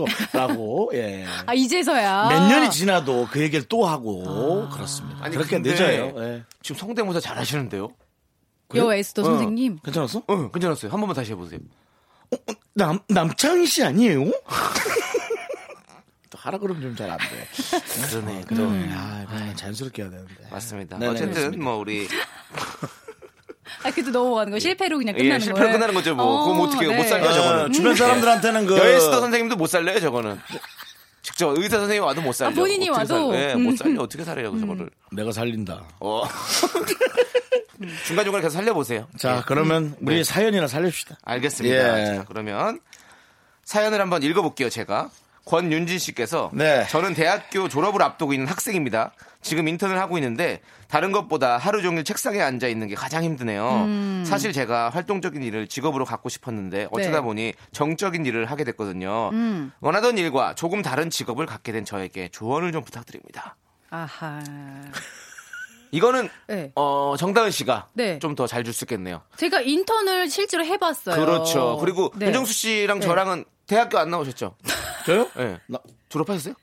Speaker 1: 계시죠라고 예.
Speaker 9: 아 이제서야
Speaker 1: 몇 년이 지나도 그 얘기를 또 하고 그렇습니다.
Speaker 2: 아니,
Speaker 1: 그렇게
Speaker 2: 근데
Speaker 1: 늦어요.
Speaker 9: 네.
Speaker 1: 예.
Speaker 2: 지금 성대모사 잘 하시는데요? 어.
Speaker 9: 여 에스더 선생님
Speaker 1: 괜찮았어?
Speaker 2: 응, 괜찮았어요. 한 번만 다시 해보세요.
Speaker 1: 남 남창희 씨 아니에요? 또 하라 그러면 좀 잘 안 돼.
Speaker 2: 그러네.
Speaker 1: 또, 아, 그냥 자연스럽게 해야 되는데.
Speaker 2: 맞습니다.
Speaker 1: 네네,
Speaker 2: 어쨌든
Speaker 1: 맞습니다.
Speaker 2: 뭐 우리
Speaker 9: 아 그래도 넘어가는 거 실패로 그냥 끝나는
Speaker 2: 예,
Speaker 9: 거예요 네.
Speaker 2: 실패로 끝나는 거죠. 뭐 그거 뭐 어떻게 못 살게
Speaker 1: 어,
Speaker 2: 하죠. 저거는.
Speaker 1: 주변 사람들한테는 그
Speaker 2: 여에스터 선생님도 못 살래요 저거는 직접 의사 선생님 와도 못 살려
Speaker 9: 아, 본인이
Speaker 2: 어떻게
Speaker 9: 와도?
Speaker 2: 살- 예,
Speaker 9: 음.
Speaker 2: 못 살려 어떻게 살아요 저거를
Speaker 1: 내가 살린다.
Speaker 2: 어. 중간중간 계속 살려보세요
Speaker 1: 자, 그러면
Speaker 2: 음,
Speaker 1: 우리
Speaker 2: 네.
Speaker 1: 사연이나 살립시다.
Speaker 2: 알겠습니다
Speaker 1: 예.
Speaker 2: 자, 그러면 사연을 한번 읽어볼게요 제가 권윤진 씨께서
Speaker 1: 네.
Speaker 2: 저는 대학교 졸업을 앞두고 있는 학생입니다 지금 인턴을 하고 있는데 다른 것보다 하루 종일 책상에 앉아 있는 게 가장 힘드네요 사실 제가 활동적인 일을 직업으로 갖고 싶었는데 어쩌다
Speaker 9: 음. 네. 음.
Speaker 2: 보니 정적인 일을 하게 됐거든요 원하던 일과 조금 다른 직업을 갖게 된 저에게 조언을 좀 부탁드립니다.
Speaker 9: 아하
Speaker 2: 이거는
Speaker 9: 네.
Speaker 2: 어, 정다은 씨가
Speaker 9: 네.
Speaker 2: 좀 더 잘 줄 수 있겠네요.
Speaker 9: 제가 인턴을 실제로 해봤어요
Speaker 2: 그렇죠. 그리고
Speaker 9: 네.
Speaker 2: 윤정수 씨랑
Speaker 9: 네.
Speaker 2: 저랑은 대학교 안 나오셨죠?
Speaker 1: 저요?
Speaker 2: 예.
Speaker 1: 나-
Speaker 2: 졸업하셨어요?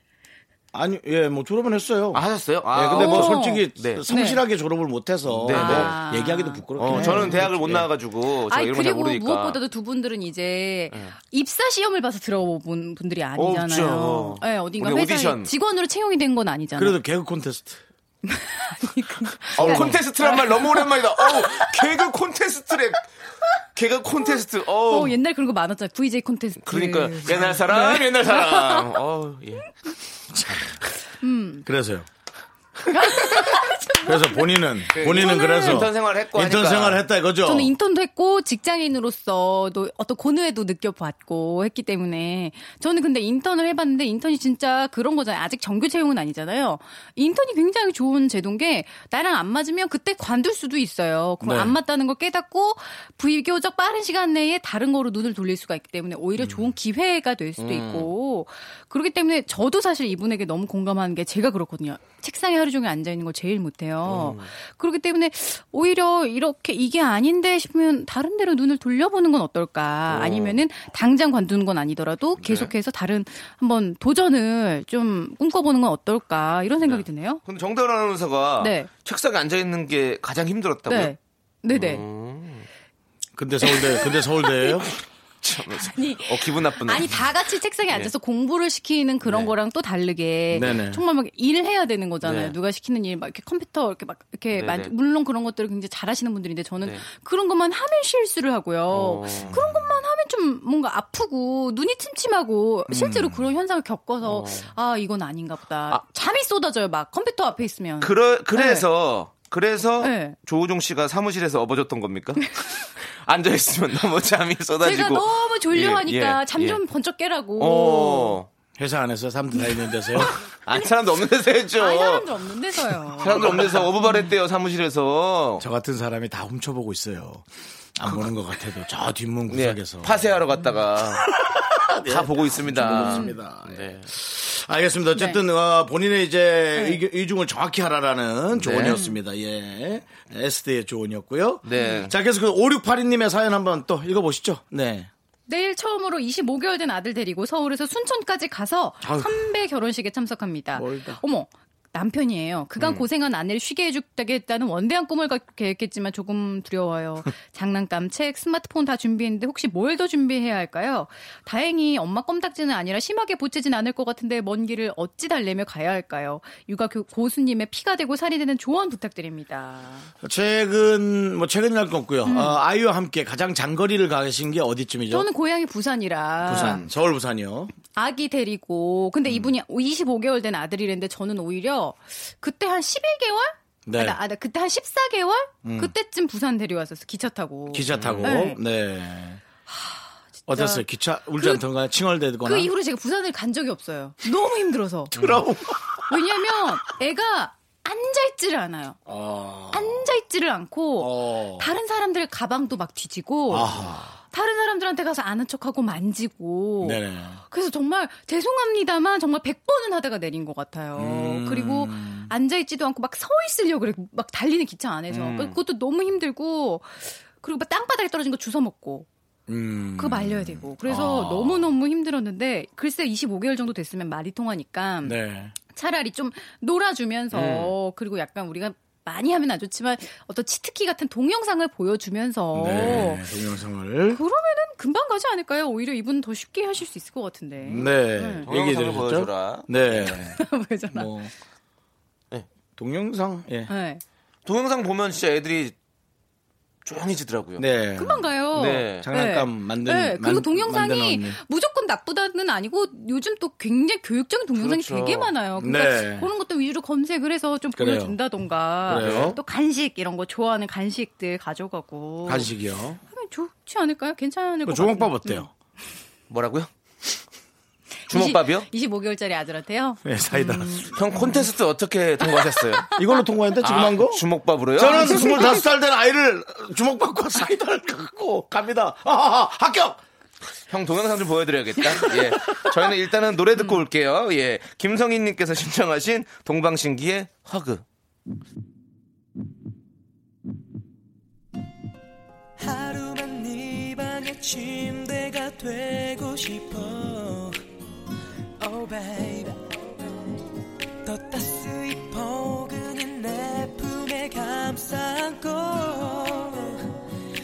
Speaker 1: 아니, 예, 뭐 졸업은 했어요.
Speaker 2: 아, 하셨어요? 아,
Speaker 1: 예, 근데 뭐
Speaker 9: 오.
Speaker 1: 솔직히
Speaker 2: 네.
Speaker 1: 성실하게 졸업을 못해서
Speaker 2: 네, 네.
Speaker 1: 뭐 얘기하기도 부끄럽긴
Speaker 2: 어,
Speaker 1: 해요.
Speaker 2: 저는 대학을 못 나와가지고 어, 제가
Speaker 9: 아니
Speaker 2: 이런 거 잘
Speaker 9: 그리고
Speaker 2: 모르니까. 예.
Speaker 9: 무엇보다도 두 분들은 이제 입사 시험을 봐서 들어본 분들이 아니잖아요.
Speaker 2: 없죠.
Speaker 9: 예, 어딘가
Speaker 2: 우리
Speaker 9: 회사에
Speaker 2: 오디션.
Speaker 9: 직원으로 채용이 된 건 아니잖아요.
Speaker 1: 예. 그래도 개그 콘테스트.
Speaker 2: 어, 콘테스트란 말 너무 오랜만이다. 어우, 개그 콘테스트래. 개그 콘테스트. 어우.
Speaker 9: 어, 예. 네. 옛날 그런 거 많았잖아요. VJ 콘테스트.
Speaker 2: 그러니까 옛날 사람, 옛날 사람. 어우, 예.
Speaker 1: 그래서요. 그래서 본인은 본인은
Speaker 2: 인턴을-
Speaker 1: 그래서
Speaker 2: 인턴 생활을 했고
Speaker 1: 인턴
Speaker 2: 하니까.
Speaker 1: 생활을 했다 이거죠.
Speaker 9: 저는 인턴도 했고 직장인으로서도 어떤 고뇌도 느껴봤고 했기 때문에 저는 근데 인턴을 해봤는데 인턴이 진짜 그런 거잖아요. 아직 정규 채용은 아니잖아요. 인턴이 굉장히 좋은 제도인 게 나랑 안 맞으면 그때 관둘 수도 있어요. 그럼
Speaker 1: 네.
Speaker 9: 안 맞다는 걸 깨닫고 비교적 빠른 시간 내에 다른 거로 눈을 돌릴 수가 있기 때문에
Speaker 2: 음.
Speaker 9: 오히려 좋은 기회가 될 수도 있고 그렇기 때문에 저도 사실 이분에게 너무 공감하는 게 제가 그렇거든요. 책상에 하루 종일 앉아 있는 걸 제일 못해요.
Speaker 2: 음.
Speaker 9: 그렇기 때문에 오히려 이렇게 이게 아닌데 싶으면 다른 데로 눈을 돌려보는 건 어떨까? 아니면은 당장 관두는 건 아니더라도
Speaker 2: 네.
Speaker 9: 계속해서 다른 한번 도전을 좀 꿈꿔보는 건 어떨까? 이런 생각이 드네요.
Speaker 2: 근데 정다은 아나운서가
Speaker 9: 네.
Speaker 2: 책상에 앉아있는 게 가장 힘들었다고요? 음.
Speaker 9: 네. 네네.
Speaker 1: 근데 서울대 근데 서울대예요?
Speaker 2: 참,
Speaker 9: 아니,
Speaker 2: 어, 기분 나쁘네.
Speaker 9: 아니 다 같이 책상에 앉아서 공부를 시키는 그런 거랑 또 다르게
Speaker 1: 네네.
Speaker 9: 정말 막 일해야 되는 거잖아요.
Speaker 2: 네.
Speaker 9: 누가 시키는 일 막 이렇게 컴퓨터 이렇게 막 이렇게
Speaker 2: 네네.
Speaker 9: 만 물론 그런 것들을 굉장히 잘하시는 분들인데 저는
Speaker 2: 네.
Speaker 9: 그런 것만 하면 실수를 하고요.
Speaker 2: 어.
Speaker 9: 그런 것만 하면 좀 뭔가 아프고 눈이 침침하고
Speaker 2: 음.
Speaker 9: 실제로 그런 현상을 겪어서 아 이건 아닌가 보다.
Speaker 2: 아.
Speaker 9: 잠이 쏟아져요. 막 컴퓨터 앞에 있으면.
Speaker 2: 그러, 그래서 그래서
Speaker 9: 네.
Speaker 2: 조우종 씨가 사무실에서 업어줬던 겁니까? 앉아 있으면 너무 잠이 쏟아지고.
Speaker 9: 제가 너무 졸려하니까
Speaker 2: 예, 예,
Speaker 9: 잠 좀
Speaker 2: 예.
Speaker 9: 번쩍 깨라고.
Speaker 2: 어.
Speaker 1: 회사 안에서 사람들 다 있는 데서요.
Speaker 2: 아니 사람도 없는 데서 했죠.
Speaker 9: 아니 사람들 없는 데서요.
Speaker 2: 사람도 없는 데서 어부발했대요 사무실에서.
Speaker 1: 저 같은 사람이 다 훔쳐보고 있어요. 안 보는 것 같아도 저 뒷문
Speaker 2: 네,
Speaker 1: 구석에서 네.
Speaker 2: 파세하러 갔다가 다 보고 있습니다.
Speaker 1: 봅니다. 예.
Speaker 2: 네.
Speaker 1: 알겠습니다. 어쨌든
Speaker 9: 네.
Speaker 1: 어, 본인의 이제 의견- 의중을 정확히 하라라는 조언이었습니다. 예. SD의 조언이었고요.
Speaker 2: 네. 네.
Speaker 1: 자, 계속 5682님의 사연 한번 또 읽어보시죠. 네.
Speaker 9: 내일 처음으로 25개월 된 아들 데리고 서울에서 순천까지 가서 선배 결혼식에 참석합니다.
Speaker 1: 멀다.
Speaker 9: 어머. 남편이에요. 그간 고생한 아내를 쉬게 해주겠다는 원대한 꿈을 갖고 계획했지만 조금 두려워요. 장난감, 책, 스마트폰 다 준비했는데 혹시 뭘 더 준비해야 할까요? 다행히 엄마 껌딱지는 아니라 심하게 보채진 않을 것 같은데 먼 길을 어찌 달래며 가야 할까요? 육아 교- 고수님의 피가 되고 살이 되는 조언 부탁드립니다.
Speaker 1: 최근, 뭐, 최근이랄 건 없고요. 어, 아이와 함께 가장 장거리를 가신 게 어디쯤이죠?
Speaker 9: 음. 저는 아. 고향이 부산이라
Speaker 1: 부산. 서울 부산이요.
Speaker 9: 아기 데리고 근데
Speaker 1: 음.
Speaker 9: 이분이 25개월 된 아들이랬는데 저는 오히려 그때 한 11개월?
Speaker 1: 네. 음.
Speaker 9: 아, 나, 아, 나 그때 한 14개월? 그때쯤 부산 데려왔었어. 기차 타고.
Speaker 1: 기차 타고.
Speaker 9: 네.
Speaker 1: 네. 어땠어요? 기차 울지
Speaker 9: 그-
Speaker 1: 않던가요? 칭얼대거나.
Speaker 9: 그 이후로 제가 부산을 간 적이 없어요. 너무 힘들어서.
Speaker 1: 그럼.
Speaker 9: 왜냐면 애가 앉아있지를 않아요. 앉아있지를 않고
Speaker 1: 어. 아.
Speaker 9: 다른 사람들 가방도 막 뒤지고 다른 사람들한테 가서 아는 척하고 만지고
Speaker 1: 네네.
Speaker 9: 그래서 정말 죄송합니다만 정말 100번은 하다가 내린 것 같아요.
Speaker 1: 음.
Speaker 9: 그리고 앉아있지도 않고 막 서 있으려고 그래. 막 달리는 기차 안에서.
Speaker 1: 음.
Speaker 9: 그것도 너무 힘들고 그리고 막 땅바닥에 떨어진 거 주워 먹고
Speaker 1: 음. 아.
Speaker 9: 그거 말려야 되고. 그래서 너무너무 힘들었는데 글쎄 25개월 정도 됐으면 말이 통하니까
Speaker 1: 네. 음.
Speaker 9: 차라리 좀 놀아주면서 그리고 약간 우리가 많이 하면 안 좋지만 어떤 치트키 같은 동영상을 보여주면서
Speaker 1: 네. 동영상을.
Speaker 9: 그러면은 금방 가지 않을까요? 오히려 이분 더 쉽게 하실 수 있을 것 같은데. 음.
Speaker 1: 네. 얘기해
Speaker 2: 동영상을
Speaker 1: 드렸죠?
Speaker 2: 보여줘라.
Speaker 1: 네.
Speaker 9: 왜잖아.
Speaker 1: 뭐.
Speaker 2: 네.
Speaker 1: 동영상? 예.
Speaker 9: 네.
Speaker 2: 동영상 보면 진짜 애들이 조용해지더라고요.
Speaker 1: 네.
Speaker 9: 금방 가요.
Speaker 2: 네.
Speaker 1: 장난감 만든-
Speaker 9: 네. 그리고
Speaker 1: 만-
Speaker 9: 동영상이
Speaker 1: 만드는 언니.
Speaker 9: 무조건 나쁘다는 아니고 요즘 또 굉장히 교육적인 동영상이
Speaker 2: 그렇죠.
Speaker 9: 되게 많아요. 그러니까
Speaker 1: 네.
Speaker 9: 그런 것도 위주로 검색을 해서 좀
Speaker 1: 그래요.
Speaker 9: 보여준다던가
Speaker 1: 그래요.
Speaker 9: 또 간식 이런 거 좋아하는 간식들 가져가고
Speaker 1: 간식이요.
Speaker 9: 하면 좋지 않을까요? 괜찮을 것
Speaker 1: 조공밥
Speaker 9: 어. 네, 뭐 같은데.
Speaker 1: 어때요?
Speaker 2: 뭐라고요? 주먹밥이요?
Speaker 9: 25개월짜리 아들한테요?
Speaker 1: 네, 사이다.
Speaker 9: 음.
Speaker 2: 형 콘테스트 어떻게 통과하셨어요?
Speaker 1: 이걸로 통과했는데 아, 지금 한 거?
Speaker 2: 아, 주먹밥으로요?
Speaker 1: 저는 25살 된 아이를 주먹받고 사이다를 갖고 갑니다. 아하하, 합격!
Speaker 2: 형 동영상 좀 보여드려야겠다. 예. 저희는 일단은 노래
Speaker 9: 음.
Speaker 2: 듣고 올게요. 예. 김성희님께서 신청하신 동방신기의 허그.
Speaker 4: 하루만 네 방의 침대가 되고 싶어 Oh baby 더 따스히 포근한 내 품에 감싸 안고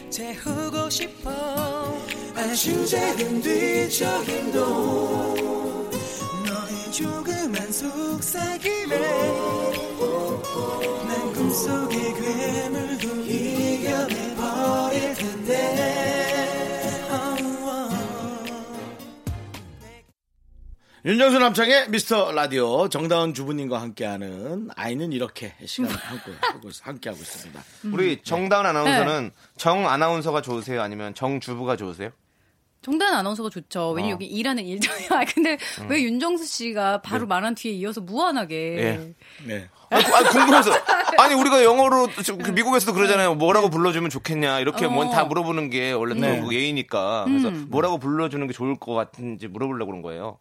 Speaker 4: 재우고 싶어 아주 작은 뒤척임도 너의 조그만 속삭임에 난 꿈속의 괴물도 이겨내버릴 텐데 oh, oh.
Speaker 1: 윤정수 남창의 미스터 라디오 정다은 주부님과 함께하는 아이는 이렇게 시간을 함께 하고, 있- 함께 하고 있습니다.
Speaker 9: 음. 네.
Speaker 2: 우리 정다운 아나운서는 정 아나운서가 좋으세요? 아니면 정 주부가 좋으세요?
Speaker 9: 정단 아나운서가 좋죠.
Speaker 2: 어.
Speaker 9: 왜냐면 여기 일하는 일정이야. 아, 근데
Speaker 1: 음.
Speaker 9: 왜 윤정수 씨가 바로 말한 뒤에 이어서 무한하게.
Speaker 2: 예.
Speaker 1: 네.
Speaker 2: 아니, 구- 아니, 궁금해서 아니 우리가 영어로 지금 그 미국에서도 그러잖아요. 뭐라고 불러주면 좋겠냐 이렇게
Speaker 9: 음. 네. 어. 네. 음.
Speaker 2: 뭔다 물어보는 게 원래 또그 예의니까 그래서 뭐라고 불러주는 게 좋을 것 같은지 물어보려고 그런 거예요.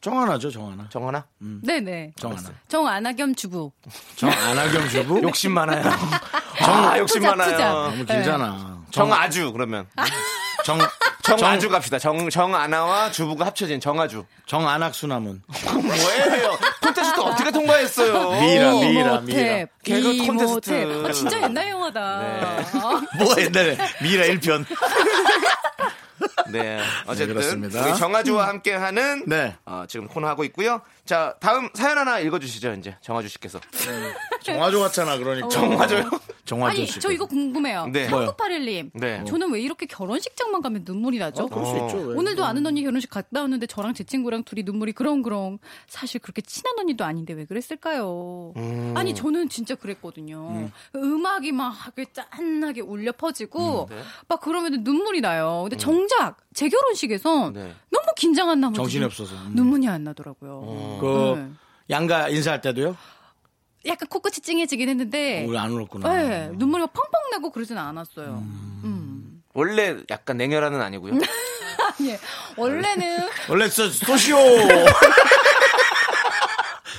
Speaker 1: 정하나죠, 정하나.
Speaker 2: 정하나
Speaker 9: 네네.
Speaker 1: 정하나.
Speaker 9: 정아나 겸 주부.
Speaker 1: 정안하겸 주부?
Speaker 2: 욕심 많아요. 아 욕심
Speaker 9: 투잡,
Speaker 2: 많아요.
Speaker 9: 투잡.
Speaker 1: 너무 길잖아. 정,
Speaker 2: 정아주 그러면
Speaker 9: 네.
Speaker 1: 정, 정,
Speaker 2: 정아주 갑시다. 정 정아나와 주부가 합쳐진 정아주.
Speaker 1: 정안학수나문.
Speaker 2: 뭐예요? 콘테스트 어떻게 통과했어요?
Speaker 1: 미라, 미라,
Speaker 9: 이모탭.
Speaker 1: 미라.
Speaker 2: 개그
Speaker 9: 이모탭.
Speaker 2: 콘테스트.
Speaker 9: 아, 진짜 옛날 영화다.
Speaker 2: 네.
Speaker 9: 아,
Speaker 1: 뭐가 옛날에 미라 1편.
Speaker 2: 네. 어쨌든
Speaker 1: 그렇습니다. 음.
Speaker 2: 우리 정아주와 함께하는
Speaker 1: 네.
Speaker 2: 어, 지금 코너 하고 있고요. 자 다음 사연 하나 읽어주시죠 이제 정아주 씨께서.
Speaker 1: 정화조 같잖아, 그러니까.
Speaker 2: 정화조요?
Speaker 1: 정화조
Speaker 9: 어. 아니,
Speaker 1: 씨.
Speaker 9: 저 이거 궁금해요.
Speaker 2: 네.
Speaker 1: 뭐요?
Speaker 9: 3981님.
Speaker 2: 네.
Speaker 9: 저는 왜 이렇게 결혼식장만 가면 눈물이 나죠?
Speaker 1: 아,
Speaker 2: 어.
Speaker 1: 그럴 수 음. 있죠. 왜.
Speaker 9: 오늘도 아는 언니 결혼식 갔다 왔는데 저랑 제 친구랑 둘이 눈물이 그렁그렁. 사실 그렇게 친한 언니도 아닌데 왜 그랬을까요?
Speaker 1: 음.
Speaker 9: 아니 저는 진짜 그랬거든요. 음. 악이막 이렇게 짠하게 울려 퍼지고
Speaker 1: 음, 네.
Speaker 9: 막 그러면 눈물이 나요. 근데 정작 제 결혼식에서
Speaker 2: 네.
Speaker 9: 너무 긴장한 나머지
Speaker 1: 정신이 없어서. 음.
Speaker 9: 눈물이 안 나더라고요.
Speaker 1: 그,
Speaker 9: 뭐 네.
Speaker 1: 양가 인사할 때도요?
Speaker 9: 약간 코끝이 찡해지긴 했는데
Speaker 1: 우리 안 울었구나.
Speaker 9: 네, 눈물이 막 펑펑 나고 그러진 않았어요. 음.
Speaker 2: 원래 약간 냉혈한은 아니고요.
Speaker 9: 예. 원래는
Speaker 1: 원래 소, 소시오.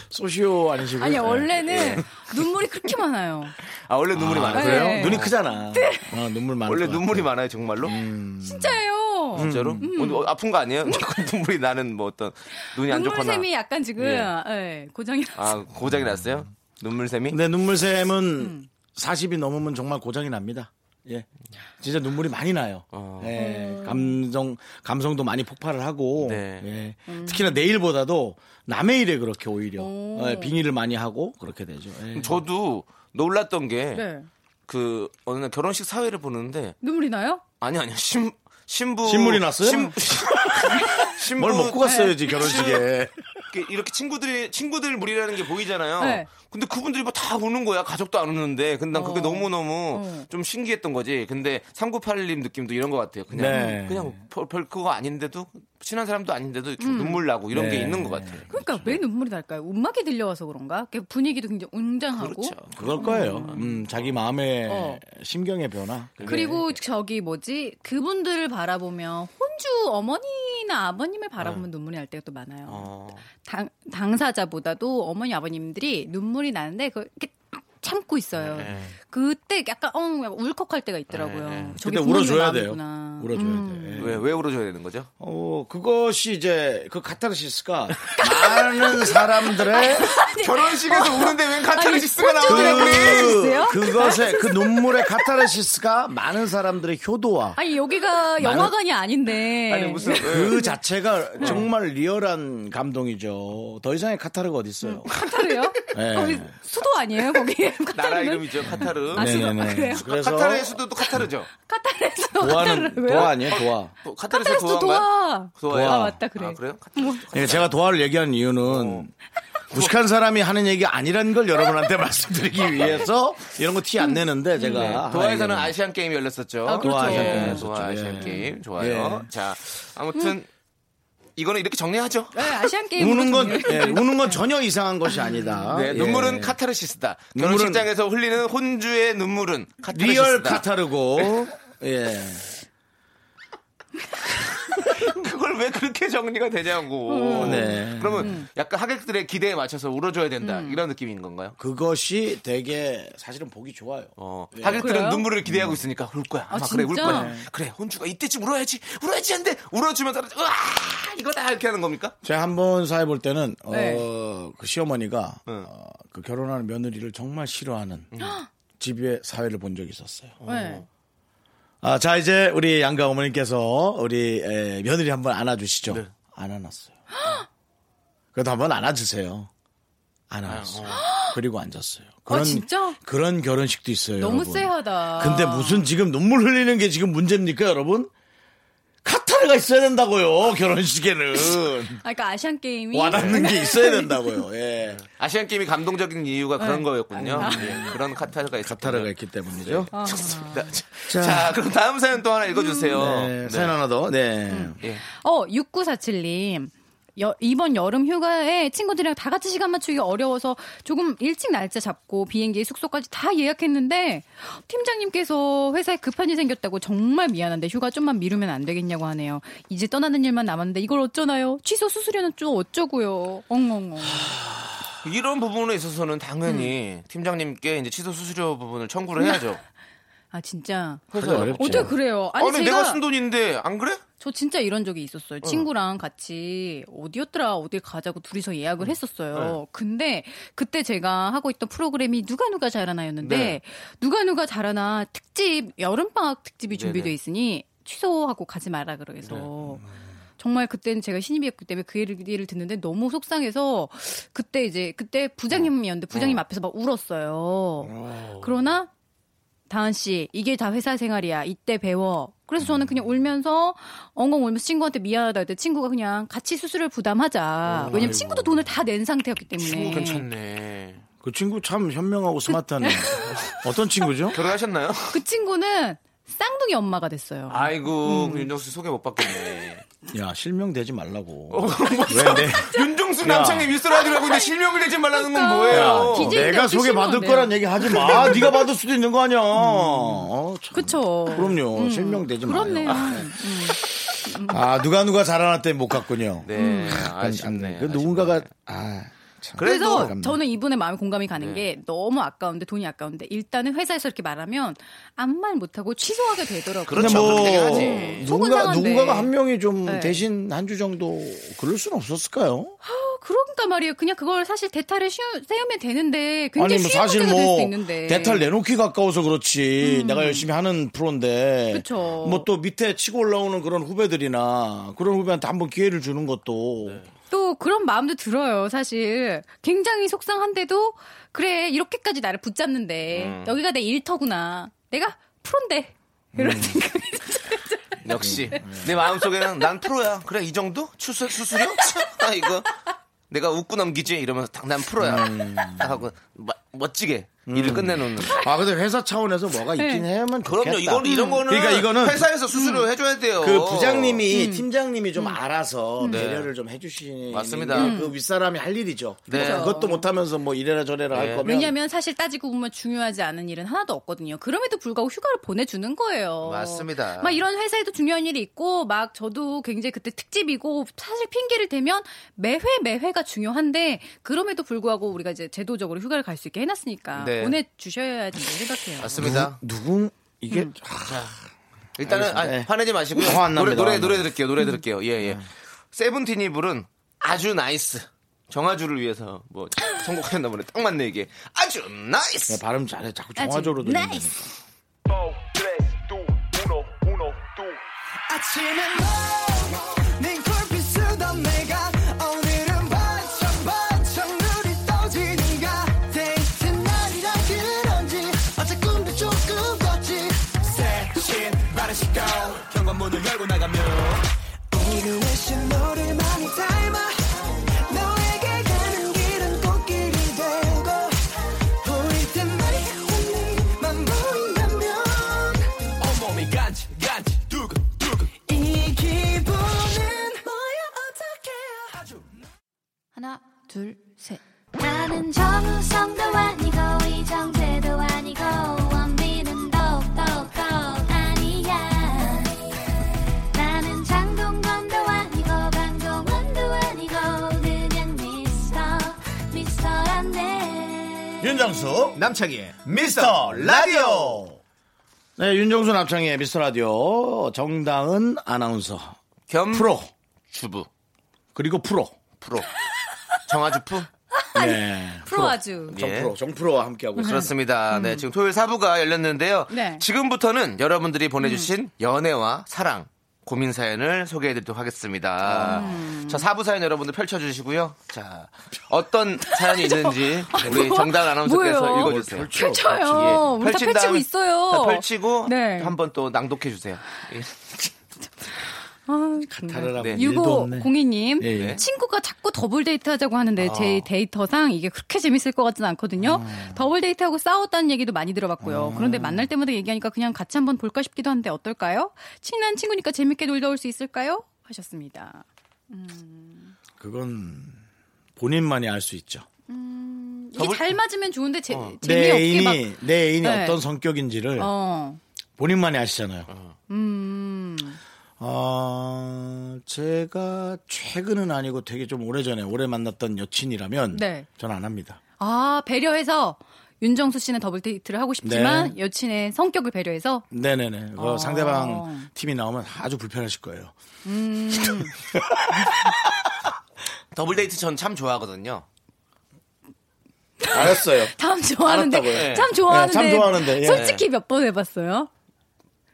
Speaker 1: 소시오 아니시고요.
Speaker 2: 예,
Speaker 9: 아니
Speaker 1: 네.
Speaker 9: 원래는 눈물이 그렇게 많아요.
Speaker 2: 아 원래 눈물이 많아요.
Speaker 1: 그래요?
Speaker 9: 네.
Speaker 1: 눈이 크잖아. 어, 눈물 많아. 음.
Speaker 2: 원래 눈물이 많아요 정말로?
Speaker 9: 진짜예요.
Speaker 2: 진짜로? 어, 어, 아픈 거 아니에요? 자꾸 눈물이 나는 뭐 어떤 눈이 안 좋거나
Speaker 9: 눈물샘이 약간 지금 예, 고장이 났어.
Speaker 2: 아 고장이 났어요?
Speaker 1: 음.
Speaker 2: 눈물샘이?
Speaker 1: 근데 눈물샘은 40이 넘으면 정말 고장이 납니다. 예. 진짜 눈물이 많이 나요.
Speaker 2: 아.
Speaker 1: 예.
Speaker 9: 음.
Speaker 1: 감정, 감성도 많이 폭발을 하고.
Speaker 2: 네.
Speaker 1: 예. 특히나 내일보다도 남의 일에 그렇게 오히려
Speaker 9: 음. 오.
Speaker 1: 예, 빙의를 많이 하고 그렇게 되죠. 예.
Speaker 2: 음, 저도 놀랐던 게 그
Speaker 9: 네.
Speaker 2: 어느 날 결혼식 사회를 보는데
Speaker 9: 눈물이 나요?
Speaker 2: 아니 아니요 신 신부
Speaker 1: 신물이 났어요?
Speaker 2: 신, 신부
Speaker 1: 뭘 먹고
Speaker 2: 네.
Speaker 1: 갔어요, 지 결혼식에.
Speaker 2: 이렇게, 이렇게 친구들이 친구들 무리라는 게 보이잖아요.
Speaker 9: 네.
Speaker 2: 근데 그분들이 뭐 다 우는 거야. 가족도 안 우는데. 근데 난 그게
Speaker 9: 어.
Speaker 2: 너무 너무
Speaker 9: 어.
Speaker 2: 좀 신기했던 거지. 근데 3981님 느낌도 이런 것 같아요. 그냥
Speaker 1: 네.
Speaker 2: 그냥 별, 별 그거 아닌데도 친한 사람도 아닌데도 이렇게 눈물 나고 이런 게
Speaker 1: 네.
Speaker 2: 있는 것 같아요.
Speaker 9: 음. 그러니까 왜 눈물이 날까요? 음악이 들려와서 그런가? 이렇게 분위기도 굉장히 웅장하고
Speaker 2: 그렇죠.
Speaker 1: 그럴 거예요. 음, 자기 마음의
Speaker 9: 어.
Speaker 1: 심경의 변화.
Speaker 2: 예.
Speaker 9: 그리고 저기 뭐지 그분들을 바라보면 혼주 어머니나 아버님을 바라보면 눈물이 날 때가 또 많아요.
Speaker 2: 예. 어.
Speaker 9: 당, 당사자보다도 어머니 아버님들이 눈물이 나는데 그걸 이렇게 참고 있어요.
Speaker 2: 네,
Speaker 9: 그때 약간 어 약간 울컥할 때가 있더라고요. 저게
Speaker 1: 근데
Speaker 9: 부모님의
Speaker 1: 울어줘야 돼요.
Speaker 9: 마음이구나.
Speaker 1: 울어줘야
Speaker 9: 음.
Speaker 1: 돼. 예.
Speaker 2: 왜, 왜 울어줘야 되는 거죠?
Speaker 1: 어, 그것이 이제 그 카타르시스가 많은 사람들의
Speaker 2: 결혼식에서 우는데 웬 카타르시스가 나오냐
Speaker 9: 카타르시스요?
Speaker 1: 그, 그것의 그 눈물의 카타르시스가 많은 사람들의 효도와
Speaker 9: 아니 여기가 영화관이 아닌데.
Speaker 2: 아니 무슨
Speaker 1: 그 자체가
Speaker 2: 네.
Speaker 1: 정말 리얼한 감동이죠. 더 이상의 카타르가 어디 있어요?
Speaker 2: 음,
Speaker 9: 카타르요?
Speaker 1: 네.
Speaker 9: 거기 수도 아니에요? 거기
Speaker 2: 나라
Speaker 9: 카타르는
Speaker 2: 이름이죠 카타르.
Speaker 9: 아, 수도-
Speaker 1: 네네네.
Speaker 9: 그래요?
Speaker 1: 그래서
Speaker 2: 카타르의 수도도 카타르죠.
Speaker 9: 카타르에서
Speaker 1: 도화는
Speaker 9: 카타르
Speaker 1: 도화 아니에요? 도화.
Speaker 2: 또 카타르에서
Speaker 9: 카타르에서
Speaker 2: 도와인가요?
Speaker 9: 도화.
Speaker 2: 도와요?
Speaker 9: 아, 맞다, 그래.
Speaker 2: 아, 그래요?
Speaker 1: 예, 제가 도화를 얘기한 이유는
Speaker 2: 어.
Speaker 1: 무식한 사람이 하는 얘기 아니란 걸 여러분한테 말씀드리기 위해서 이런 거 티 안 내는데 제가 하나
Speaker 2: 음. 네. 도하에서는
Speaker 1: 얘기하는
Speaker 2: 아시안 게임이 열렸었죠.
Speaker 9: 네. 아, 그렇죠.
Speaker 2: 도하
Speaker 1: 예,
Speaker 2: 아시안 게임.
Speaker 1: 열렸었죠.
Speaker 2: 도하 아시안
Speaker 1: 예.
Speaker 2: 게임. 좋아요.
Speaker 1: 예.
Speaker 2: 자, 아무튼 이거는 이렇게 정리하죠.
Speaker 9: 네, 아시안 게임
Speaker 1: 우는 건 예, 우는 건 전혀 이상한 것이 아니다.
Speaker 2: 네,
Speaker 1: 예.
Speaker 2: 눈물은 카타르시스다.
Speaker 1: 눈물은-
Speaker 2: 결혼식장에서 흘리는 혼주의 눈물은 카타르시스다. 네.
Speaker 1: 리얼 카타르고 예.
Speaker 2: 그걸 그걸 왜 그렇게 정리가 되냐고.
Speaker 1: 네.
Speaker 2: 그러면
Speaker 9: 음.
Speaker 2: 약간 하객들의 기대에 맞춰서 울어줘야 된다 이런 느낌인 건가요?
Speaker 1: 그것이 되게 사실은 보기 좋아요.
Speaker 2: 어,
Speaker 1: 예.
Speaker 2: 하객들은
Speaker 9: 그래요?
Speaker 2: 눈물을
Speaker 1: 음.
Speaker 2: 기대하고 있으니까 울 거야. 아마
Speaker 9: 아,
Speaker 2: 그래 울
Speaker 9: 진짜?
Speaker 1: 네.
Speaker 2: 거야. 그래 혼주가 이때쯤 울어야지 울어야지 하는데 울어주면 사람 으아 이거다 이렇게 하는 겁니까?
Speaker 1: 제가 한 번 사회 볼 때는 어,
Speaker 9: 네.
Speaker 1: 그 시어머니가
Speaker 2: 응.
Speaker 1: 어, 그 결혼하는 며느리를 정말 싫어하는
Speaker 2: 음.
Speaker 1: 집의 사회를 본 적이 있었어요.
Speaker 9: 네.
Speaker 1: 아, 자 이제 우리 양가 어머님께서 우리 에, 며느리 한번 안아주시죠.
Speaker 2: 네.
Speaker 1: 안 안았어요. 그래도 한번 안아주세요. 안
Speaker 2: 아,
Speaker 1: 안았어요. 그리고 앉았어요.
Speaker 9: 아, 진짜?
Speaker 1: 그런 결혼식도 있어요.
Speaker 9: 너무
Speaker 1: 네, 여러분.
Speaker 9: 쎄하다.
Speaker 1: 근데 무슨 지금 눈물 흘리는 게 지금 문제입니까, 여러분? 카타르가 있어야 된다고요, 결혼식에는.
Speaker 9: 아, 그러니까 아시안 게임이
Speaker 1: 와닿는 게 있어야 된다고요, 예.
Speaker 2: 아시안 게임이 감동적인 이유가 그런 거였군요. 예, 그런 카타르가 있었
Speaker 1: 카타르가 있기 때문이죠.
Speaker 2: 좋습니다.
Speaker 1: 자.
Speaker 2: 자, 자, 그럼 다음 사연 또 하나 읽어주세요.
Speaker 1: 네,
Speaker 2: 네.
Speaker 1: 사연 하나 더, 네.
Speaker 2: 예.
Speaker 9: 어, 6947님. 여- 이번 여름 휴가에 친구들이랑 다 같이 시간 맞추기 가 어려워서 조금 일찍 날짜 잡고 비행기 숙소까지 다 예약했는데 팀장님께서 회사에 급한 일이 생겼다고 정말 미안한데 휴가 좀만 미루면 안 되겠냐고 하네요. 이제 떠나는 일만 남았는데 이걸 어쩌나요? 취소 수수료는 좀 어쩌고요? 엉엉엉.
Speaker 2: 이런 부분에 있어서는 당연히 팀장님께 이제 취소 수수료 부분을 청구를 해야죠.
Speaker 9: 아 진짜
Speaker 1: 그래서 어렵죠.
Speaker 9: 어떻게 그래요? 아니,
Speaker 2: 아니, 내가
Speaker 9: 제가
Speaker 2: 쓴 돈인데 안 그래?
Speaker 9: 저 진짜 이런 적이 있었어요. 친구랑 같이 어디였더라 어디 가자고 둘이서
Speaker 2: 음.
Speaker 9: 예약을 했었어요.
Speaker 2: 네.
Speaker 9: 근데 그때 제가 하고 있던 프로그램이 누가 누가 잘하나였는데
Speaker 2: 네.
Speaker 9: 누가 누가 잘하나 특집 여름방학 특집이 준비돼
Speaker 2: 네네. 네.
Speaker 9: 있으니 취소하고 가지 마라 그래서
Speaker 2: 음.
Speaker 9: 정말 그때는 제가 신입이었기 때문에 그 얘기를 듣는데 너무 속상해서 그때 이제 그때
Speaker 2: 어.
Speaker 9: 부장님이었는데 부장님 앞에서 막 울었어요. 그러나 다은 씨, 이게 다 회사 생활이야. 이때 배워. 그래서 저는 그냥 울면서 엉엉 울면서 친구한테 미안하다 했더니 친구가 그냥 같이 수술을 부담하자. 왜냐면 친구도 돈을 다 낸 상태였기 때문에.
Speaker 2: 친구 괜찮네.
Speaker 1: 그 친구 참 현명하고 스마트하네요. 어떤 친구죠?
Speaker 2: 결혼하셨나요?
Speaker 1: 음.
Speaker 9: 그 친구는 쌍둥이 엄마가 됐어요.
Speaker 2: 아이고 그 윤정수 씨 소개 못 받겠네.
Speaker 1: 야, 실명되지 말라고. 왜 내,
Speaker 2: 윤정수
Speaker 1: 야.
Speaker 2: 남창의 미스터 라디오라고 근데 실명을 내지 말라는 건
Speaker 1: 어.
Speaker 2: 뭐예요?
Speaker 9: 그러니까. 디제이 때
Speaker 1: 내가
Speaker 9: 어떻게
Speaker 1: 소개 받을
Speaker 9: 실명돼요?
Speaker 1: 거란 얘기 하지 마. 네가 받을 수도 있는 거 아니야. 어, 참.
Speaker 9: 그쵸.
Speaker 1: 그럼요. 실명되지
Speaker 9: 음. 그렇네요.
Speaker 1: 마요. 아 누가 누가 잘하나 때못 갔군요.
Speaker 9: 음.
Speaker 2: 네,
Speaker 1: 약간
Speaker 2: 아쉽네.
Speaker 1: 안- 그
Speaker 2: 아쉽네.
Speaker 1: 누군가가 아 참.
Speaker 9: 그래서
Speaker 1: 아깝네.
Speaker 9: 저는 이분의 마음에 공감이 가는 게 너무 아까운데 돈이 아까운데 일단은 회사에서 이렇게 말하면 아무 말 못하고 취소하게 되더라고요.
Speaker 1: 근데
Speaker 2: 그렇죠. 그렇게
Speaker 1: 뭐
Speaker 2: 하지.
Speaker 9: 속은
Speaker 1: 누군가
Speaker 9: 상한데.
Speaker 1: 누군가가 한 명이 좀
Speaker 9: 네.
Speaker 1: 대신 한 주 정도 그럴 수는 없었을까요?
Speaker 9: 그러니까 말이에요. 그냥 그걸 사실 대타를 씌우- 세우면 되는데 굉장히 쉬운
Speaker 1: 사실
Speaker 9: 문제가 될
Speaker 1: 뭐
Speaker 9: 수 있는데. 음.
Speaker 1: 대탈 내놓기 가까워서 그렇지 내가 열심히 하는 프로인데
Speaker 9: 그쵸.
Speaker 1: 뭐 또 밑에 치고 올라오는 그런 후배들이나 그런 후배한테 한번 기회를 주는 것도
Speaker 2: 네.
Speaker 9: 또 그런 마음도 들어요. 사실 굉장히 속상한데도 그래 이렇게까지 나를 붙잡는데
Speaker 2: 음.
Speaker 9: 여기가 내 일터구나. 내가 프로인데 이런
Speaker 2: 음.
Speaker 9: 생각이
Speaker 2: 역시 내 마음속에는 난 프로야. 그래 이 정도? 추수, 수수료? 아 이거 내가 웃고 넘기지 이러면서 딱 난 프로야. 딱 하고 마- 멋지게 일을 끝내놓는.
Speaker 1: 아 근데 회사 차원에서 뭐가
Speaker 9: 네.
Speaker 1: 있긴 해야만
Speaker 2: 그럼요.
Speaker 1: 좋겠다.
Speaker 2: 이건 이런 거는 음.
Speaker 1: 그러니까 이거는
Speaker 2: 회사에서 수수료 해줘야 돼요.
Speaker 1: 그 부장님이 팀장님이 좀 알아서 배려를 좀 해주시는
Speaker 2: 맞습니다.
Speaker 1: 게 그 윗사람이 할 일이죠.
Speaker 2: 네.
Speaker 1: 뭐 그것도 못하면서 뭐 이래라 저래라 할 거면
Speaker 9: 왜냐하면 사실 따지고 보면 중요하지 않은 일은 하나도 없거든요. 그럼에도 불구하고 휴가를 보내주는 거예요.
Speaker 2: 맞습니다.
Speaker 9: 막 이런 회사에도 중요한 일이 있고 막 저도 굉장히 그때 특집이고 사실 핑계를 대면 매회 매회가 중요한데 그럼에도 불구하고 우리가 이제 제도적으로 휴가를 갈 수 있게 해놨으니까
Speaker 2: 네.
Speaker 9: 보내주셔야 된다고 생각해요.
Speaker 2: 맞습니다.
Speaker 1: 누구 이게 아,
Speaker 2: 일단은
Speaker 1: 알겠습니다.
Speaker 2: 아,
Speaker 1: 예.
Speaker 2: 화내지 마시고요.
Speaker 1: 화안
Speaker 2: 노래
Speaker 1: 납니다. 음.
Speaker 2: 노래 노래 들을게요. 노래 들을게요. 예 예. 세븐틴이 부른 아주 나이스. 정아주를 위해서 뭐 선곡했나 보네. 딱 맞네 이게. 아주 나이스.
Speaker 1: 야, 발음 잘해 자꾸 정화조로 들리는
Speaker 9: 아, 나이스.
Speaker 7: 아침엔 너네 굴빛 쓰던 내가 오늘은 반짝 반짝 눈이 떠지는가 데이트 날이라 그런지 어제 꿈도 조금 꿨지 새신 바른 시도 현관문을 열고 나가면 이루의 신호를 많이 닮아 너에게 가는 길은 꽃길이 되고 보일 때만이 혼내만 보인다면
Speaker 3: 온몸이 간지 간지 두근두근
Speaker 7: 이 기분은 뭐야 어떡해요
Speaker 9: 하나 둘 셋.
Speaker 5: 나는 정우성도 아니고 이정재도 아니고 원빈은 더욱더 아니야 나는 장동건도 아니고
Speaker 10: 윤정수
Speaker 2: 남창희의
Speaker 10: 미스터 라디오
Speaker 1: 네, 윤정수 남창의 미스터 라디오 정다은 아나운서
Speaker 2: 겸
Speaker 1: 프로
Speaker 2: 주부
Speaker 1: 그리고 프로
Speaker 2: 프로 정아주프
Speaker 1: 예.
Speaker 9: 프로 아주.
Speaker 2: 예.
Speaker 1: 정프로 정프로와 함께하고 있습니다.
Speaker 2: 그렇습니다. 네, 지금 토요일 사부가 열렸는데요.
Speaker 9: 음. 네. 음.
Speaker 2: 지금부터는 여러분들이 보내주신 연애와 사랑 고민 사연을 소개해드리도록 하겠습니다.
Speaker 9: 음.
Speaker 2: 자, 사부 사연 여러분들 펼쳐주시고요. 자, 어떤 사연이 있는지 우리
Speaker 9: 뭐,
Speaker 2: 정당 아나운서께서
Speaker 9: 뭐예요?
Speaker 2: 읽어주세요. 예.
Speaker 9: 펼쳐요. 우리 다
Speaker 2: 펼친
Speaker 9: 펼치고
Speaker 2: 다음에
Speaker 9: 있어요.
Speaker 2: 다 펼치고
Speaker 9: 네.
Speaker 2: 한번 또 낭독해 주세요. 예.
Speaker 9: 아,
Speaker 1: 다르라고
Speaker 2: 네.
Speaker 1: 일도 없네.
Speaker 9: 6502님
Speaker 1: 예, 예.
Speaker 9: 친구가 자꾸 더블 데이트 하자고 하는데 제 데이터상 이게 그렇게 재밌을 것 같진 않거든요. 더블 데이트하고 싸웠다는 얘기도 많이 들어봤고요. 그런데 만날 때마다 얘기하니까 그냥 같이 한번 볼까 싶기도 한데 어떨까요? 친한 친구니까 재밌게 놀다 올 수 있을까요? 하셨습니다.
Speaker 1: 그건 본인만이 알 수 있죠.
Speaker 9: 이게 잘 맞으면 좋은데 재,
Speaker 1: 내
Speaker 9: 재미없게
Speaker 1: 애인이
Speaker 9: 막
Speaker 1: 내 애인이
Speaker 9: 네.
Speaker 1: 어떤 성격인지를
Speaker 9: 어.
Speaker 1: 본인만이 아시잖아요.
Speaker 9: 음.
Speaker 1: 아, 제가 최근은 아니고 되게 좀 오래전에 오래 만났던 여친이라면
Speaker 9: 네.
Speaker 1: 전 안 합니다.
Speaker 9: 아, 배려해서 윤정수 씨는 더블 데이트를 하고
Speaker 1: 네.
Speaker 9: 싶지만 여친의 성격을 배려해서
Speaker 1: 네네네. 그
Speaker 9: 어.
Speaker 1: 상대방 팀이 나오면 아주 불편하실 거예요.
Speaker 2: 더블 데이트 전 참 좋아하거든요.
Speaker 1: 알았어요.
Speaker 9: 참 좋아하는데
Speaker 1: 알았다고요. 예.
Speaker 9: 참 좋아하는데,
Speaker 1: 예, 참 좋아하는데, 예.
Speaker 9: 솔직히 몇 번 해봤어요.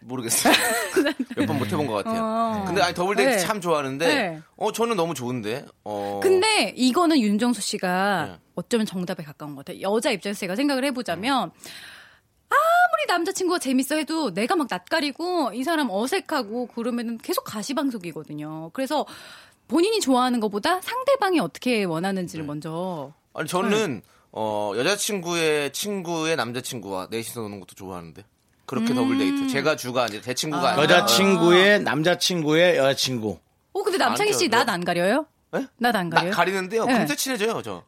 Speaker 2: 모르겠어요. 몇 번 못 해본 것 같아요.
Speaker 9: 어.
Speaker 2: 근데 아니 더블 데이트
Speaker 9: 네.
Speaker 2: 참 좋아하는데,
Speaker 9: 네.
Speaker 2: 어 저는 너무 좋은데. 어.
Speaker 9: 근데 이거는 윤정수 씨가
Speaker 2: 네.
Speaker 9: 어쩌면 정답에 가까운 것 같아요. 여자 입장에서 제가 생각을
Speaker 2: 음.
Speaker 9: 해보자면 아무리 남자친구가 재밌어 해도 내가 막 낯가리고 이 사람 어색하고 그러면은 계속 가시방석이거든요. 그래서 본인이 좋아하는 것보다 상대방이 어떻게
Speaker 2: 네.
Speaker 9: 원하는지를 먼저
Speaker 2: 아니 저는 어 여자친구의 친구의 남자친구와 넷이서 노는 것도 좋아하는데
Speaker 9: 음.
Speaker 2: 그렇게 더블 데이트 제가 주가 아니라 제 친구가 아니라
Speaker 1: 여자친구의 남자친구의 여자친구.
Speaker 9: 어 근데 남창희 씨
Speaker 2: 그래요?
Speaker 9: 낯 안 가려요?
Speaker 2: 네?
Speaker 9: 낯 안
Speaker 2: 나
Speaker 9: 가려요?
Speaker 2: 가리는데요
Speaker 9: 네.
Speaker 2: 금세 친해져요 저나